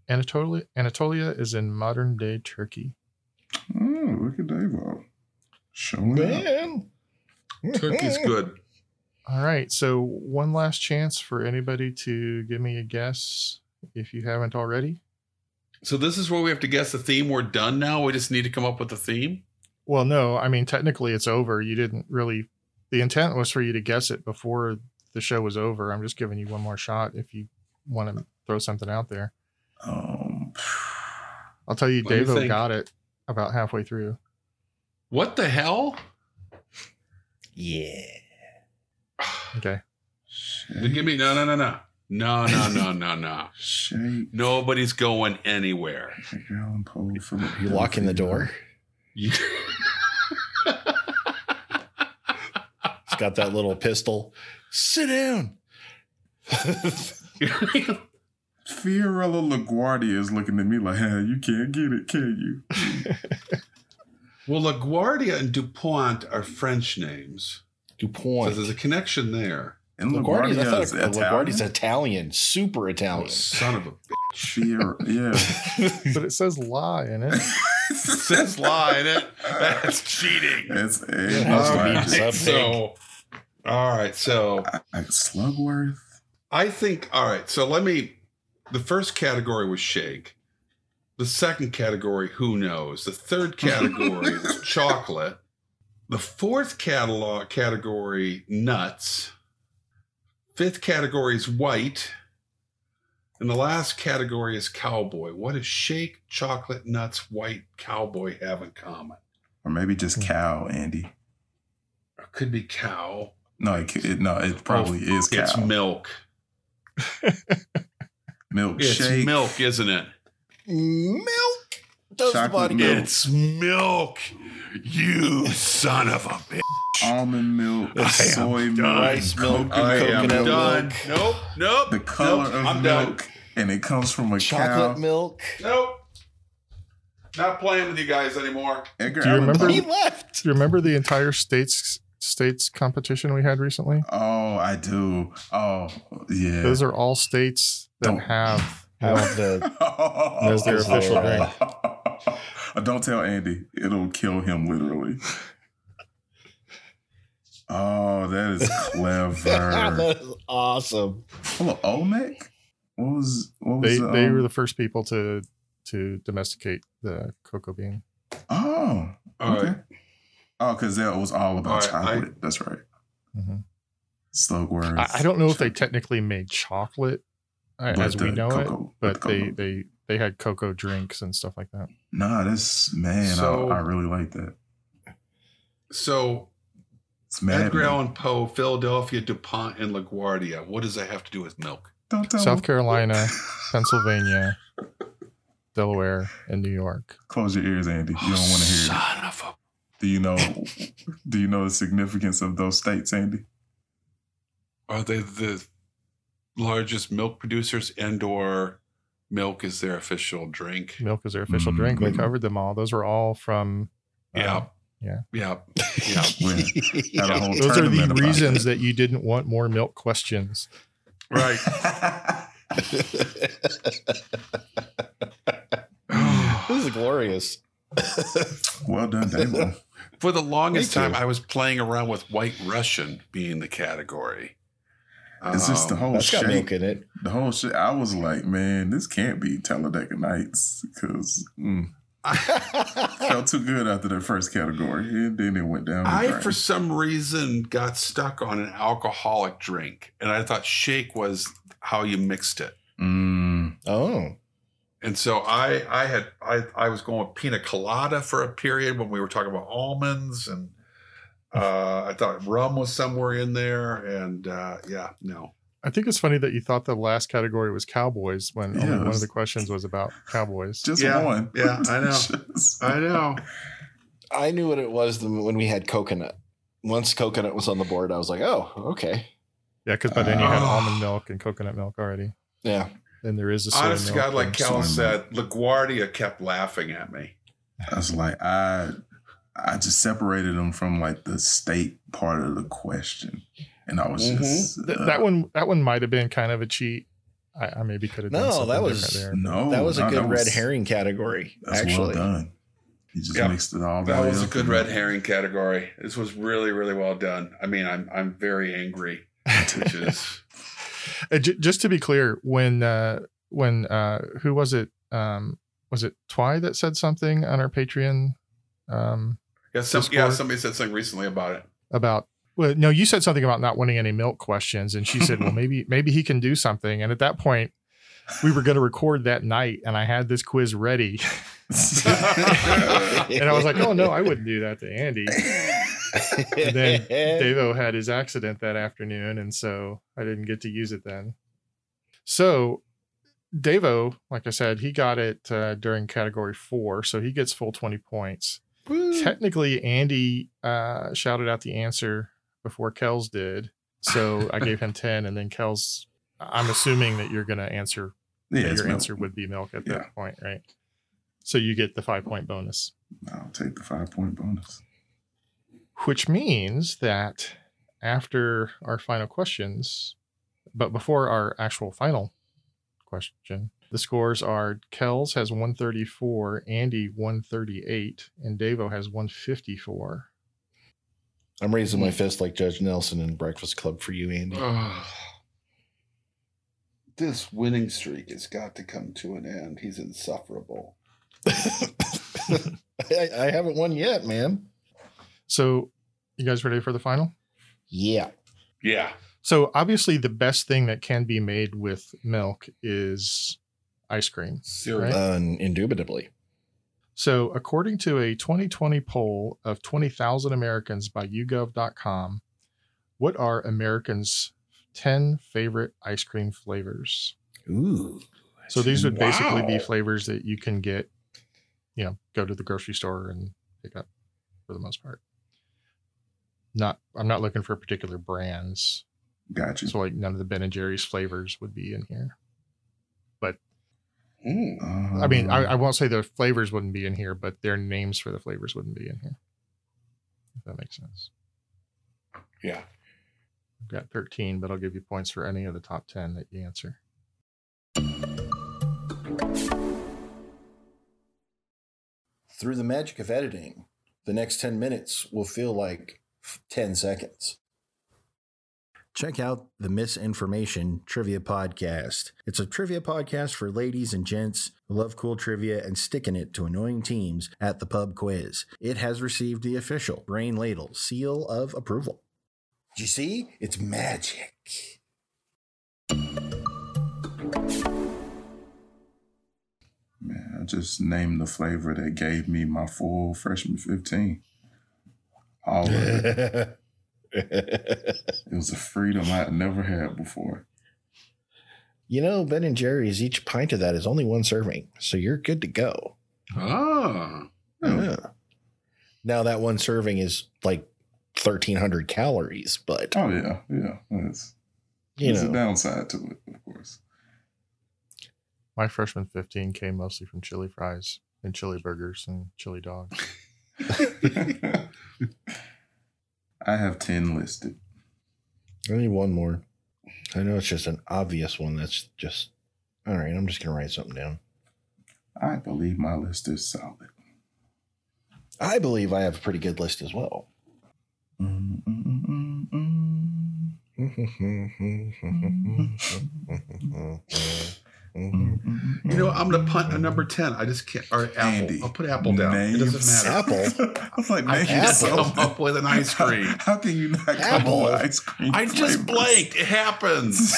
[SPEAKER 4] Anatolia Anatolia is in modern day Turkey.
[SPEAKER 2] Oh, look at Davo. Showing up.
[SPEAKER 1] Man.
[SPEAKER 3] Turkey's good.
[SPEAKER 4] All right. So one last chance for anybody to give me a guess if you haven't already.
[SPEAKER 3] So this is where we have to guess the theme. We're done now. We just need to come up with a theme.
[SPEAKER 4] Well, no, I mean technically it's over. You didn't really the intent was for you to guess it before the show was over. I'm just giving you one more shot if you want to throw something out there.
[SPEAKER 2] Um,
[SPEAKER 4] I'll tell you,
[SPEAKER 3] Let me
[SPEAKER 4] Davo
[SPEAKER 3] think.
[SPEAKER 4] got it about halfway through.
[SPEAKER 3] What the hell?
[SPEAKER 1] Yeah.
[SPEAKER 4] Okay.
[SPEAKER 2] shape,
[SPEAKER 3] Give me no no no no no no no no no.
[SPEAKER 2] shape,
[SPEAKER 3] Nobody's going anywhere.
[SPEAKER 2] Edgar Allan Poe, Philip
[SPEAKER 1] You lock in the door.
[SPEAKER 3] You-
[SPEAKER 1] It's got that little pistol. Sit down.
[SPEAKER 2] Fiorella LaGuardia is looking at me like, hey, you can't get it, can you?
[SPEAKER 3] well, LaGuardia and Dupont are French names. So
[SPEAKER 1] DuPont.
[SPEAKER 3] there's a connection there.
[SPEAKER 2] And
[SPEAKER 1] LaGuardia's, I
[SPEAKER 2] LaGuardia
[SPEAKER 1] thought
[SPEAKER 2] is
[SPEAKER 1] LaGuardia's
[SPEAKER 2] Italian.
[SPEAKER 1] Italian, super
[SPEAKER 3] Oh,
[SPEAKER 1] Italian.
[SPEAKER 3] son of a bitch.
[SPEAKER 2] Fior- uh, yeah.
[SPEAKER 4] But it says lie in it.
[SPEAKER 3] Says lie in it. That's cheating.
[SPEAKER 2] It's
[SPEAKER 1] It has to be
[SPEAKER 2] a
[SPEAKER 1] something.
[SPEAKER 3] So, all right. So
[SPEAKER 2] uh, like Slugworth.
[SPEAKER 3] I think all right. So let me. The first category was shake. The second category, who knows? The third category was chocolate. The fourth catalog category, nuts. Fifth category is white. And the last category is cowboy. What does shake, chocolate, nuts, white, cowboy have in common?
[SPEAKER 2] Or maybe just cow, Andy.
[SPEAKER 3] It could be cow.
[SPEAKER 2] No, it, c- it- no, it probably is cow.
[SPEAKER 3] It's milk. It's
[SPEAKER 2] Milkshake.
[SPEAKER 3] milk, isn't it?
[SPEAKER 1] milk does the
[SPEAKER 2] Chocolate
[SPEAKER 1] body
[SPEAKER 2] milk.
[SPEAKER 1] good.
[SPEAKER 3] It's milk, you son of a bitch.
[SPEAKER 2] almond milk,
[SPEAKER 3] I am
[SPEAKER 2] soy milk,
[SPEAKER 3] done.
[SPEAKER 1] Rice milk and
[SPEAKER 2] coconut
[SPEAKER 3] I am
[SPEAKER 1] coconut
[SPEAKER 3] done.
[SPEAKER 1] milk.
[SPEAKER 3] Nope, nope.
[SPEAKER 2] the color
[SPEAKER 3] nope,
[SPEAKER 2] of
[SPEAKER 3] I'm done.
[SPEAKER 2] milk, and it comes from a
[SPEAKER 1] Chocolate
[SPEAKER 2] cow.
[SPEAKER 1] milk.
[SPEAKER 3] Nope. Not playing with you guys anymore.
[SPEAKER 2] Edgar
[SPEAKER 4] Do you
[SPEAKER 2] Allan
[SPEAKER 4] remember-
[SPEAKER 2] Poe-
[SPEAKER 1] He left.
[SPEAKER 4] Do you remember the entire states states competition we had recently?
[SPEAKER 2] Oh, I do. Oh, yeah.
[SPEAKER 4] Those are all states that
[SPEAKER 2] Don't-
[SPEAKER 4] have
[SPEAKER 1] Have the
[SPEAKER 4] That's their official drink.
[SPEAKER 2] Don't tell Andy; it'll kill him literally. Oh, that is clever.
[SPEAKER 1] that is awesome.
[SPEAKER 2] Hello, Olmec. What was what was
[SPEAKER 4] they
[SPEAKER 2] the,
[SPEAKER 4] they
[SPEAKER 2] um,
[SPEAKER 4] were the first people to to domesticate the cocoa bean.
[SPEAKER 2] Oh,
[SPEAKER 3] All right.
[SPEAKER 2] Oh, because that was all about
[SPEAKER 3] All right, I-
[SPEAKER 2] chocolate. That's right.
[SPEAKER 4] Mhm.
[SPEAKER 2] Slug words.
[SPEAKER 4] I, I don't know if they technically made chocolate uh, as we know it, but they they they had cocoa drinks and stuff like that.
[SPEAKER 2] Nah, that's man.
[SPEAKER 3] So-
[SPEAKER 2] I, I really like that.
[SPEAKER 3] So
[SPEAKER 2] It's mad.
[SPEAKER 3] Edgar
[SPEAKER 2] Men.
[SPEAKER 3] Allan Poe, Philadelphia, DuPont, and LaGuardia. What does that have to do with milk?
[SPEAKER 2] Don't tell
[SPEAKER 4] South
[SPEAKER 2] me.
[SPEAKER 4] Carolina, Pennsylvania, Delaware, and New York.
[SPEAKER 2] Close your ears, Andy. You don't want to hear it.
[SPEAKER 3] Son of a.
[SPEAKER 2] Do you know? do you know the significance of those states, Andy?
[SPEAKER 3] Are they the largest milk producers and/or milk is their official drink?
[SPEAKER 4] Milk is their official drink. We
[SPEAKER 2] Mm.
[SPEAKER 4] covered them all. Those were all from. uh,
[SPEAKER 3] Yeah.
[SPEAKER 4] yeah.
[SPEAKER 3] Yeah. Yeah.
[SPEAKER 2] Well, had a whole
[SPEAKER 4] those are the
[SPEAKER 2] tournament about
[SPEAKER 4] reasons
[SPEAKER 2] it.
[SPEAKER 4] that you didn't want more milk questions.
[SPEAKER 3] Right.
[SPEAKER 1] this is glorious.
[SPEAKER 2] well done, Damo.
[SPEAKER 3] For the longest
[SPEAKER 1] Thank
[SPEAKER 3] time, I was playing around with White Russian being the category.
[SPEAKER 2] It's just the
[SPEAKER 3] Um,
[SPEAKER 2] whole
[SPEAKER 1] That's got milk
[SPEAKER 2] shape.
[SPEAKER 1] in it.
[SPEAKER 2] The whole shit. I was like, man, this can't be Talladega Nights because felt too good after that first category, and then it went down. the
[SPEAKER 3] Ah. I,
[SPEAKER 2] drain.
[SPEAKER 3] for some reason, got stuck on an alcoholic drink, and I thought shake was how you mixed it.
[SPEAKER 2] Mm.
[SPEAKER 1] Oh,
[SPEAKER 3] And so I, I had, I, I was going with pina colada for a period when we were talking about almonds, and
[SPEAKER 2] Hmm.
[SPEAKER 3] uh, I thought rum was somewhere in there, and uh, yeah, no,
[SPEAKER 4] I think it's funny that you thought the last category was cowboys when
[SPEAKER 2] Yeah,
[SPEAKER 4] only one of
[SPEAKER 2] it's-
[SPEAKER 4] the questions was about cowboys.
[SPEAKER 2] Just
[SPEAKER 3] Yeah,
[SPEAKER 2] one.
[SPEAKER 3] yeah, I know.
[SPEAKER 2] Just-
[SPEAKER 3] I know.
[SPEAKER 1] I knew what it was the- when we had coconut. Once coconut was on the board, I was like, oh, okay.
[SPEAKER 4] Yeah, because by then you had
[SPEAKER 3] Uh,
[SPEAKER 4] almond milk and coconut milk already.
[SPEAKER 1] Yeah.
[SPEAKER 4] Then there is a soy
[SPEAKER 3] Honest to
[SPEAKER 4] milk
[SPEAKER 3] God, like
[SPEAKER 4] and-
[SPEAKER 2] Cal-
[SPEAKER 3] Cal
[SPEAKER 2] soy
[SPEAKER 3] said, LaGuardia kept laughing at me.
[SPEAKER 2] I was like, I, I just separated them from like the state part of the question, and I was just
[SPEAKER 4] Th-
[SPEAKER 2] uh,
[SPEAKER 4] that one. That one might have been kind of a cheat. I, I maybe could have done
[SPEAKER 1] No,
[SPEAKER 4] something
[SPEAKER 1] that
[SPEAKER 4] different
[SPEAKER 1] was-
[SPEAKER 4] there.
[SPEAKER 2] No,
[SPEAKER 1] that was a
[SPEAKER 2] no,
[SPEAKER 1] good
[SPEAKER 2] that
[SPEAKER 1] red
[SPEAKER 2] was-
[SPEAKER 1] herring category,
[SPEAKER 2] That's
[SPEAKER 1] actually.
[SPEAKER 2] well done. You just
[SPEAKER 3] Yeah.
[SPEAKER 2] mixed it all. the
[SPEAKER 3] That
[SPEAKER 2] way
[SPEAKER 3] was a
[SPEAKER 2] up
[SPEAKER 3] good
[SPEAKER 2] and-
[SPEAKER 3] red herring category. This was really, really well done. I mean, I'm I'm very angry, which is
[SPEAKER 4] Uh, ju- just to be clear, when uh, when uh, who was it? Um, was it Twy that said something on our Patreon um,
[SPEAKER 3] yeah. Some,
[SPEAKER 4] Discord.
[SPEAKER 3] yeah, somebody said something recently about it.
[SPEAKER 4] about? Well, no, you said something about not wanting any milk questions, and she said, "Well, maybe maybe he can do something." And at that point, we were going to record that night, and I had this quiz ready, and I was like, "Oh no, I wouldn't do that to Andy." And then Davo had his accident that afternoon, and so I didn't get to use it then. So Davo, like I said, he got it uh, during category four, so he gets full 20 points. Technically, Andy uh, shouted out the answer before Kells did, so I gave him 10, and then Kells. I'm assuming that you're going to answer.
[SPEAKER 2] yeah,
[SPEAKER 4] that
[SPEAKER 2] it's
[SPEAKER 4] your
[SPEAKER 2] milk.
[SPEAKER 4] answer would be milk at
[SPEAKER 2] Yeah.
[SPEAKER 4] that point, right? So you get the five point bonus.
[SPEAKER 2] I'll take the five point bonus.
[SPEAKER 4] which means that after our final questions, but before our actual final question, the scores are Kells has 134, Andy 138, and Davo has 154.
[SPEAKER 1] I'm raising my fist like Judge Nelson in Breakfast Club for you,
[SPEAKER 3] Oh.
[SPEAKER 1] Andy.
[SPEAKER 3] this winning streak has got to come to an end. He's insufferable.
[SPEAKER 1] I, I haven't won yet, man.
[SPEAKER 4] So, you guys ready for the final?
[SPEAKER 1] Yeah.
[SPEAKER 3] Yeah.
[SPEAKER 4] So, obviously, the best thing that can be made with milk is ice cream.
[SPEAKER 3] Serious.
[SPEAKER 4] Right.
[SPEAKER 1] Um, indubitably.
[SPEAKER 4] So, according to a 2020 poll of 20,000 Americans by YouGov.com, what are Americans' 10 favorite ice cream flavors?
[SPEAKER 1] Ooh.
[SPEAKER 4] So, these would basically be
[SPEAKER 3] Wow.
[SPEAKER 4] flavors that you can get, you know, go to the grocery store and pick up for the most part. Not, I'm not looking for particular brands.
[SPEAKER 2] Got you.
[SPEAKER 4] So, like, none of the Ben and Jerry's flavors would be in here.
[SPEAKER 3] Mm.
[SPEAKER 2] Oh,
[SPEAKER 4] I mean, I, I won't say their flavors wouldn't be in here, but their names for the flavors wouldn't be in here. If that makes sense.
[SPEAKER 3] Yeah.
[SPEAKER 4] I've got 13, but I'll give you points for any of the top 10 that you answer.
[SPEAKER 1] Through the magic of editing, the next 10 minutes will feel like 10 seconds. Check out the Misinformation Trivia Podcast. It's a trivia podcast for ladies and gents who love cool trivia and sticking it to annoying teams at the pub quiz. It has received the official Brain Ladle seal of approval. You see, it's magic.
[SPEAKER 2] Man, I just named the flavor that gave me my full freshman 15. All of it. It was a freedom I had never had before.
[SPEAKER 1] you know, Ben and Jerry's, each pint of that is only one serving, so you're good to go.
[SPEAKER 3] Oh,
[SPEAKER 1] Yeah. Now that one serving is like 1300 calories, but
[SPEAKER 2] Oh, yeah. Yeah. That's,
[SPEAKER 1] you
[SPEAKER 2] there's a
[SPEAKER 1] know,
[SPEAKER 2] downside to it, of course.
[SPEAKER 4] My freshman 15 came mostly from chili fries and chili burgers and chili dogs.
[SPEAKER 2] I have 10 listed.
[SPEAKER 1] I need one more. I know it's just an obvious one that's just all right. I'm just gonna write something down.
[SPEAKER 2] I believe my list is solid.
[SPEAKER 1] I believe I have a pretty good list as well. Oh
[SPEAKER 2] Mm, mm, mm, mm, mm.
[SPEAKER 3] you know, I'm gonna punt a number ten. I just can't. Or apple.
[SPEAKER 2] Andy,
[SPEAKER 3] I'll put apple down. It doesn't matter.
[SPEAKER 1] Apple?
[SPEAKER 2] I was like,
[SPEAKER 3] I
[SPEAKER 2] name
[SPEAKER 3] can't
[SPEAKER 2] something.
[SPEAKER 3] come up with an ice cream.
[SPEAKER 2] How can you not come
[SPEAKER 1] Apple.
[SPEAKER 2] up with ice cream?
[SPEAKER 3] I just
[SPEAKER 2] flavors?
[SPEAKER 3] blanked. It happens.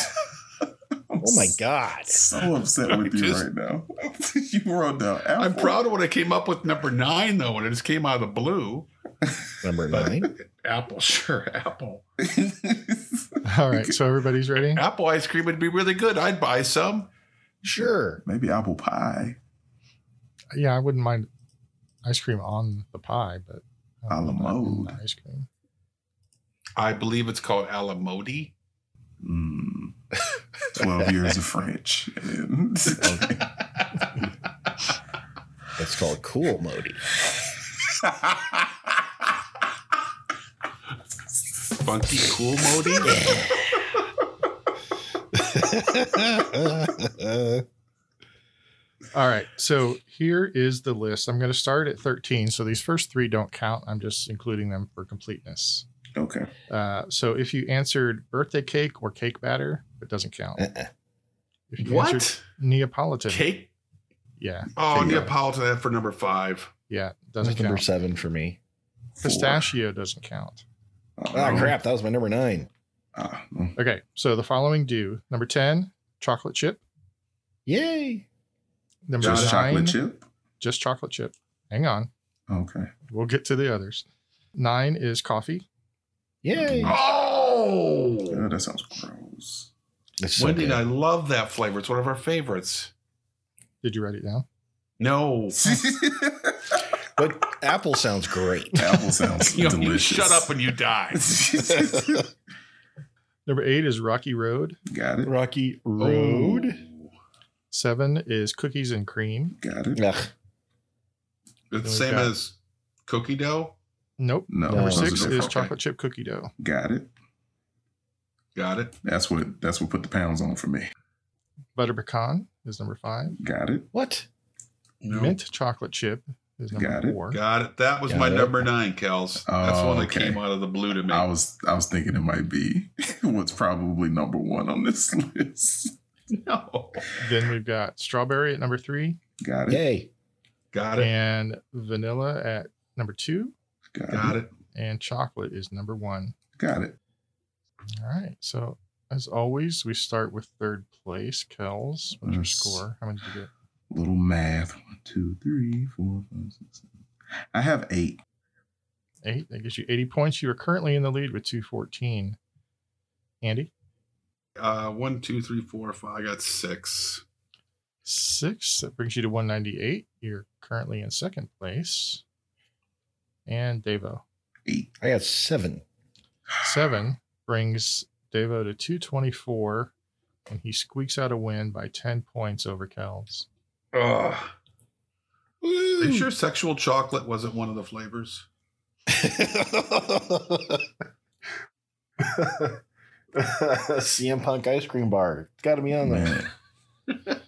[SPEAKER 1] Oh my god!
[SPEAKER 2] So upset with
[SPEAKER 3] I
[SPEAKER 2] you
[SPEAKER 3] just-
[SPEAKER 2] right now. you wrote down apple.
[SPEAKER 3] I'm proud of when I came up with number nine though, and it just came out of the blue.
[SPEAKER 1] Number nine.
[SPEAKER 3] Apple, sure, apple.
[SPEAKER 4] All right, so everybody's ready?
[SPEAKER 3] Apple ice cream would be really good. I'd buy some.
[SPEAKER 1] Sure.
[SPEAKER 2] Maybe apple pie.
[SPEAKER 4] Yeah, I wouldn't mind ice cream on the pie, but I don't
[SPEAKER 2] A la
[SPEAKER 4] know about
[SPEAKER 2] mode.
[SPEAKER 4] ice cream.
[SPEAKER 3] I believe it's called alamodi.
[SPEAKER 2] Mm. 12 years of French. And-
[SPEAKER 1] It's called Cool Modi.
[SPEAKER 3] Funky cool modi.
[SPEAKER 4] All right, so here is the list. I'm going to start at 13. So these first three don't count. I'm just including them for completeness.
[SPEAKER 2] okay.
[SPEAKER 4] Uh, so if you answered birthday cake or cake batter, it doesn't count.
[SPEAKER 1] Uh-uh.
[SPEAKER 4] If you answered
[SPEAKER 3] what?
[SPEAKER 4] Neapolitan,
[SPEAKER 3] Cake?
[SPEAKER 4] yeah,
[SPEAKER 3] Oh,
[SPEAKER 2] Cake.
[SPEAKER 3] Neapolitan for number five.
[SPEAKER 4] yeah, doesn't
[SPEAKER 1] That's number
[SPEAKER 4] count.
[SPEAKER 1] seven for me.
[SPEAKER 2] Four.
[SPEAKER 4] Pistachio doesn't count.
[SPEAKER 1] Ah, crap! That was my number nine.
[SPEAKER 2] Ah, no.
[SPEAKER 4] Okay, so the following do number 10, chocolate chip.
[SPEAKER 1] Yay!
[SPEAKER 4] Number
[SPEAKER 2] Just
[SPEAKER 4] nine,
[SPEAKER 2] chocolate chip?
[SPEAKER 4] just chocolate chip. Hang on,
[SPEAKER 2] Okay.
[SPEAKER 4] we'll get to the others. Nine is coffee.
[SPEAKER 1] Yay!
[SPEAKER 3] Oh,
[SPEAKER 2] Yeah, that sounds gross.
[SPEAKER 1] It's so
[SPEAKER 3] Wendy,
[SPEAKER 1] good.
[SPEAKER 3] and I love that flavor. It's one of our favorites.
[SPEAKER 4] Did you write it down?
[SPEAKER 3] No,
[SPEAKER 1] But Apple sounds great.
[SPEAKER 2] apple sounds
[SPEAKER 3] you, you
[SPEAKER 2] delicious.
[SPEAKER 3] shut up and you die.
[SPEAKER 4] Number eight is Rocky Road.
[SPEAKER 2] Got it.
[SPEAKER 1] Rocky Road.
[SPEAKER 4] Seven is cookies and cream.
[SPEAKER 2] Got it.
[SPEAKER 1] Ugh.
[SPEAKER 3] It's the
[SPEAKER 4] Really
[SPEAKER 3] same
[SPEAKER 4] bad.
[SPEAKER 3] as cookie dough.
[SPEAKER 4] Nope.
[SPEAKER 2] No,
[SPEAKER 1] Number
[SPEAKER 4] Number
[SPEAKER 2] Oh, those are
[SPEAKER 4] six
[SPEAKER 2] different.
[SPEAKER 4] is
[SPEAKER 3] okay.
[SPEAKER 4] chocolate chip cookie dough.
[SPEAKER 2] Got it.
[SPEAKER 3] Got it.
[SPEAKER 2] That's what that's what put the pounds on for me.
[SPEAKER 4] Butter pecan is number five.
[SPEAKER 2] Got it.
[SPEAKER 1] What?
[SPEAKER 3] No.
[SPEAKER 4] Mint chocolate chip is number
[SPEAKER 2] Got it.
[SPEAKER 4] four.
[SPEAKER 3] Got it. That was
[SPEAKER 1] Got
[SPEAKER 3] my
[SPEAKER 1] it.
[SPEAKER 3] number nine, Kels. That's
[SPEAKER 2] Oh,
[SPEAKER 3] one that
[SPEAKER 2] okay.
[SPEAKER 3] came out of the blue to me.
[SPEAKER 2] I was I was thinking it might be what's probably number one on this list.
[SPEAKER 3] no.
[SPEAKER 4] Then we've got strawberry at number three
[SPEAKER 2] Got it.
[SPEAKER 1] Yay!
[SPEAKER 3] Got it.
[SPEAKER 4] and vanilla at number two.
[SPEAKER 2] Got,
[SPEAKER 3] Got
[SPEAKER 2] it.
[SPEAKER 3] it.
[SPEAKER 4] And chocolate is number one.
[SPEAKER 2] Got it.
[SPEAKER 4] All right. So as always, we start with third place. Kells, what's your
[SPEAKER 2] Yes.
[SPEAKER 4] score? How many did you get?
[SPEAKER 2] Little math. One, two, three, four, five, six, seven. I have eight.
[SPEAKER 4] Eight. That gives you 80 points. You are currently in the lead with 214. Andy,
[SPEAKER 3] Uh, one, two, three, four, five. I got six.
[SPEAKER 4] six. That brings you to 198. You're currently in second place. And Devo,
[SPEAKER 2] Eight.
[SPEAKER 1] I got seven.
[SPEAKER 4] seven brings Devo to 224. And he squeaks out a win by 10 points over Kells.
[SPEAKER 3] Ugh. Are you sure sexual chocolate wasn't one of the flavors?
[SPEAKER 1] CM Punk ice cream bar. It's got to be on there.
[SPEAKER 2] Man.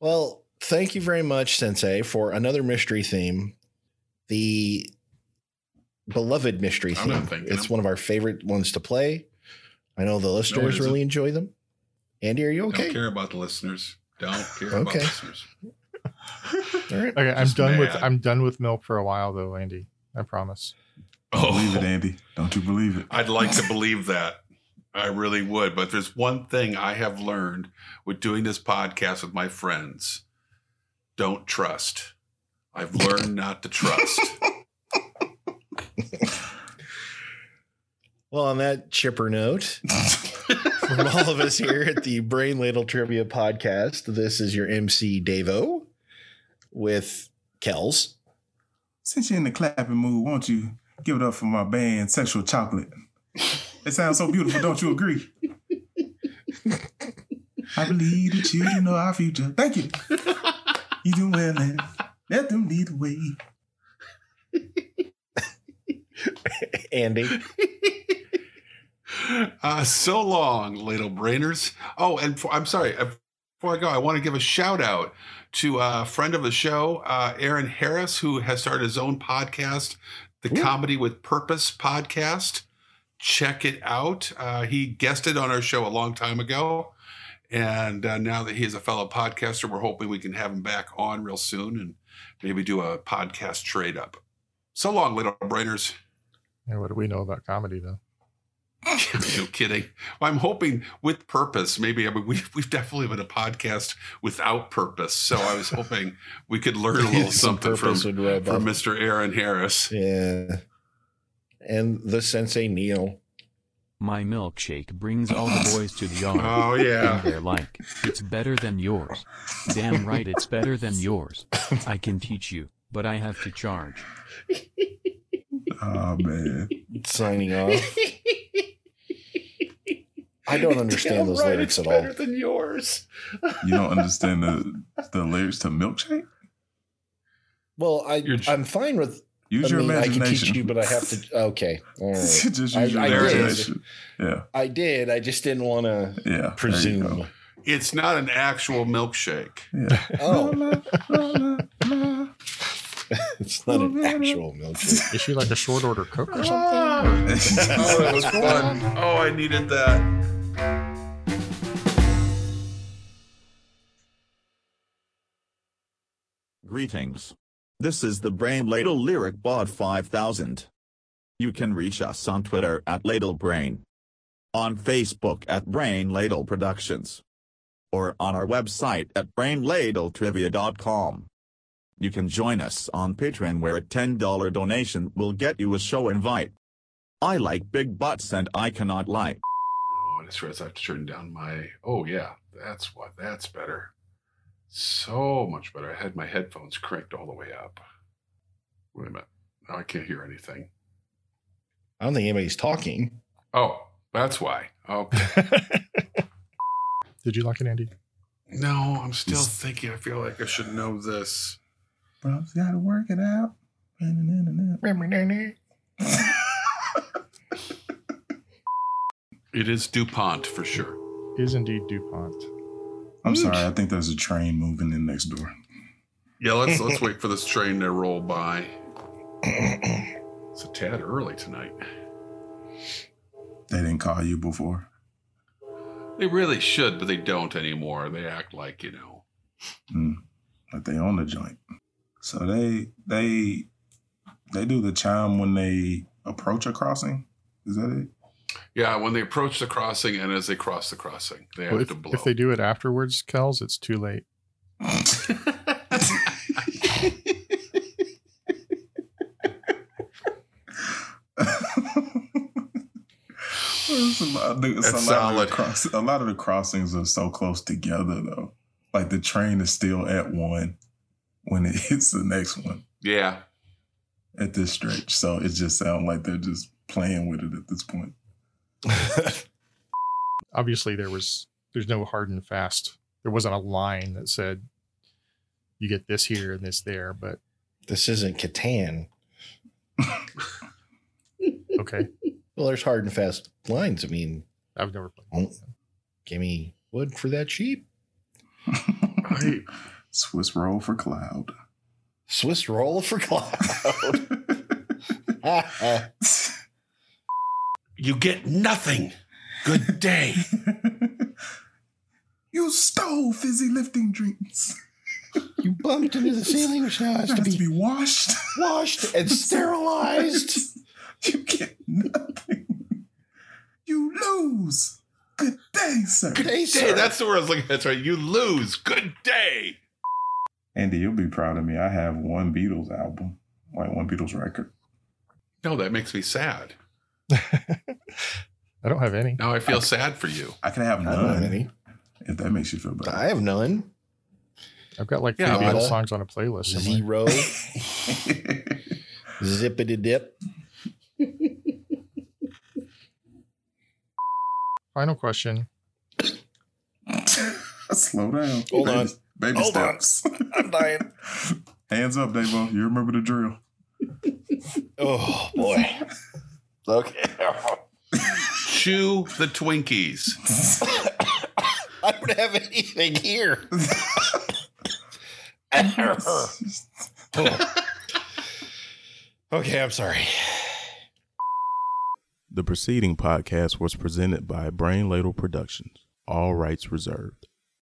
[SPEAKER 1] Well, thank you very much, Sensei, for another mystery theme. The beloved mystery
[SPEAKER 3] I'm
[SPEAKER 1] theme.
[SPEAKER 3] not thinking
[SPEAKER 1] It's
[SPEAKER 3] of-
[SPEAKER 1] one of our favorite ones to play. I know the listeners
[SPEAKER 3] isn't.
[SPEAKER 1] really enjoy them. Andy, are you okay?
[SPEAKER 3] Don't care about the listeners. Don't care about
[SPEAKER 1] Okay.
[SPEAKER 3] listeners.
[SPEAKER 1] All right.
[SPEAKER 4] Okay, I'm
[SPEAKER 3] Just
[SPEAKER 4] done with
[SPEAKER 3] mad.
[SPEAKER 4] I'm done with milk for a while though, Andy. I promise.
[SPEAKER 2] Believe it,
[SPEAKER 3] Oh,
[SPEAKER 2] Andy. Don't you believe it?
[SPEAKER 3] I'd like to believe that. I really would. But there's one thing I have learned with doing this podcast with my friends don't trust. I've learned not to trust.
[SPEAKER 1] Well, on that chipper note, from all of us here at the Brain Ladle Trivia Podcast, this is your MC Davo with Kells.
[SPEAKER 2] Since you're in the clapping mood, won't you give it up for my band, Sexual Chocolate? It sounds so beautiful, don't you agree? I believe the children are our future. Thank you. You do well and let them lead the way.
[SPEAKER 1] Andy,
[SPEAKER 3] uh, so long, ladle brainers. Oh, and for, I'm sorry. uh, Before I go, I want to give a shout out to a friend of the show, uh, Aaron Harris, who has started his own podcast, the Comedy with Purpose podcast. Check it out. Uh, he guested on our show a long time ago. And uh, now that he is a fellow podcaster, we're hoping we can have him back on real soon and maybe do a podcast trade up. So long, little brainers.
[SPEAKER 4] Yeah, what do we know about comedy though?
[SPEAKER 3] no kidding. Well, I'm hoping with purpose. Maybe I mean we've we've definitely been a podcast without purpose. So I was hoping we could learn a little
[SPEAKER 1] Some
[SPEAKER 3] something from
[SPEAKER 1] purpose
[SPEAKER 3] from
[SPEAKER 1] would rub off.
[SPEAKER 3] Mr. Aaron Harris.
[SPEAKER 1] Yeah. And the Sensei Neil.
[SPEAKER 5] My milkshake brings all the boys to the yard.
[SPEAKER 3] Oh
[SPEAKER 5] And
[SPEAKER 3] yeah.
[SPEAKER 5] they're like, it's better than yours. Damn right, it's better than yours. I can teach you, but I have to charge.
[SPEAKER 2] Oh man.
[SPEAKER 1] Signing off. I don't understand those lyrics at all.
[SPEAKER 3] than yours.
[SPEAKER 2] You don't understand the the lyrics to milkshake?
[SPEAKER 1] Well, I,
[SPEAKER 3] You're j-
[SPEAKER 1] I'm fine with.
[SPEAKER 2] Use
[SPEAKER 1] I
[SPEAKER 2] your
[SPEAKER 1] mean, I can
[SPEAKER 2] imagination.
[SPEAKER 1] teach you, but I have to. Okay, all right.
[SPEAKER 2] Just use
[SPEAKER 1] I-
[SPEAKER 2] your
[SPEAKER 1] I did.
[SPEAKER 2] imagination. Yeah.
[SPEAKER 1] I did. I just didn't want to
[SPEAKER 2] Yeah. there you go.
[SPEAKER 1] presume.
[SPEAKER 3] It's not an actual milkshake.
[SPEAKER 2] Yeah.
[SPEAKER 1] Oh,
[SPEAKER 2] La, la, la, la.
[SPEAKER 1] it's not an actual milkshake.
[SPEAKER 4] Is she like a short order cook or something? Or-
[SPEAKER 3] Oh, that was fun. Oh, I needed that.
[SPEAKER 9] Greetings. This is the Brain Ladle Lyric Bod 5000. You can reach us on Twitter at Ladle Brain, on Facebook at Brain Ladle Productions, or on our website at brainladletrivia.com. You can join us on Patreon where a $10 donation will get you a show invite. I like big butts and I cannot lie.
[SPEAKER 3] Oh, I just realized I have to turn down my. Oh yeah, that's what. That's better. So much better. I had my headphones cranked all the way up. Wait a minute. Now I can't hear anything.
[SPEAKER 1] I don't think anybody's talking.
[SPEAKER 3] Oh, that's why. Okay.
[SPEAKER 4] Did you like it, Andy?
[SPEAKER 3] no, I'm still thinking. I feel like I should know this.
[SPEAKER 2] Bro's gotta work it out. Na-na-na-na-na.
[SPEAKER 3] It is Dupont for sure.
[SPEAKER 4] Is indeed DuPont.
[SPEAKER 2] I'm sorry, I think there's a train moving in next door.
[SPEAKER 3] Yeah, let's let's wait for this train to roll by. It's a tad early tonight.
[SPEAKER 2] They didn't call you before.
[SPEAKER 3] They really should, but they don't anymore. They act like you know.
[SPEAKER 2] Mm. But they own the joint. So they they they do the chime when they approach a crossing. Is that it?
[SPEAKER 3] Yeah, when they approach the crossing and as they cross the crossing, they have
[SPEAKER 4] Well, if,
[SPEAKER 3] to blow.
[SPEAKER 4] if they do it afterwards, Kells, it's too late.
[SPEAKER 2] There's a lot, of the- it's a
[SPEAKER 3] That's
[SPEAKER 2] lot of
[SPEAKER 3] solid.
[SPEAKER 2] the cross, a lot of the crossings are so close together though. Like the train is still at one when it hits the next one
[SPEAKER 3] yeah,
[SPEAKER 2] at this stretch. So it just sounds like they're just playing with it at this point.
[SPEAKER 4] Obviously, there was there's no hard and fast. There wasn't a line that said you get this here and this there, but
[SPEAKER 1] This isn't Catan.
[SPEAKER 4] okay.
[SPEAKER 1] Well, there's hard and fast lines. I mean,
[SPEAKER 4] I've never played.
[SPEAKER 1] oh, give me wood for that sheep.
[SPEAKER 3] I,
[SPEAKER 2] Swiss roll for cloud.
[SPEAKER 1] Swiss roll for cloud.
[SPEAKER 2] That's
[SPEAKER 3] you get nothing.
[SPEAKER 1] Good day.
[SPEAKER 2] you stole fizzy lifting drinks.
[SPEAKER 1] You bumped into the ceiling, which now has
[SPEAKER 2] That
[SPEAKER 1] to
[SPEAKER 2] has to
[SPEAKER 1] be
[SPEAKER 2] be washed.
[SPEAKER 1] washed and sterilized.
[SPEAKER 2] you get nothing. You lose. Good day, sir.
[SPEAKER 1] Good day,
[SPEAKER 3] Hey,
[SPEAKER 1] sir.
[SPEAKER 3] that's the word I was looking at. That's right. You lose. Good day.
[SPEAKER 2] Andy, you'll be proud of me. I have one Beatles album, like one Beatles record.
[SPEAKER 3] No, that makes me sad.
[SPEAKER 4] I don't have any.
[SPEAKER 3] Now I feel sad for you.
[SPEAKER 2] I can have
[SPEAKER 1] I don't have
[SPEAKER 2] none
[SPEAKER 1] any.
[SPEAKER 2] if that makes you feel better.
[SPEAKER 1] I have none.
[SPEAKER 4] I've got like
[SPEAKER 3] Yeah,
[SPEAKER 4] three
[SPEAKER 1] I-
[SPEAKER 4] Beatles songs on a playlist. somewhere.
[SPEAKER 1] Zero. Zippity dip.
[SPEAKER 4] Final question.
[SPEAKER 2] Slow down.
[SPEAKER 1] Hold
[SPEAKER 2] baby,
[SPEAKER 1] on.
[SPEAKER 2] Baby
[SPEAKER 1] Hold on.
[SPEAKER 2] steps.
[SPEAKER 1] I'm dying.
[SPEAKER 2] Hands up, Davo. You remember the drill.
[SPEAKER 1] Oh boy. Okay.
[SPEAKER 3] Chew the Twinkies.
[SPEAKER 1] I don't have anything here. okay, I'm sorry.
[SPEAKER 10] The preceding podcast was presented by Brain Ladle Productions, all rights reserved.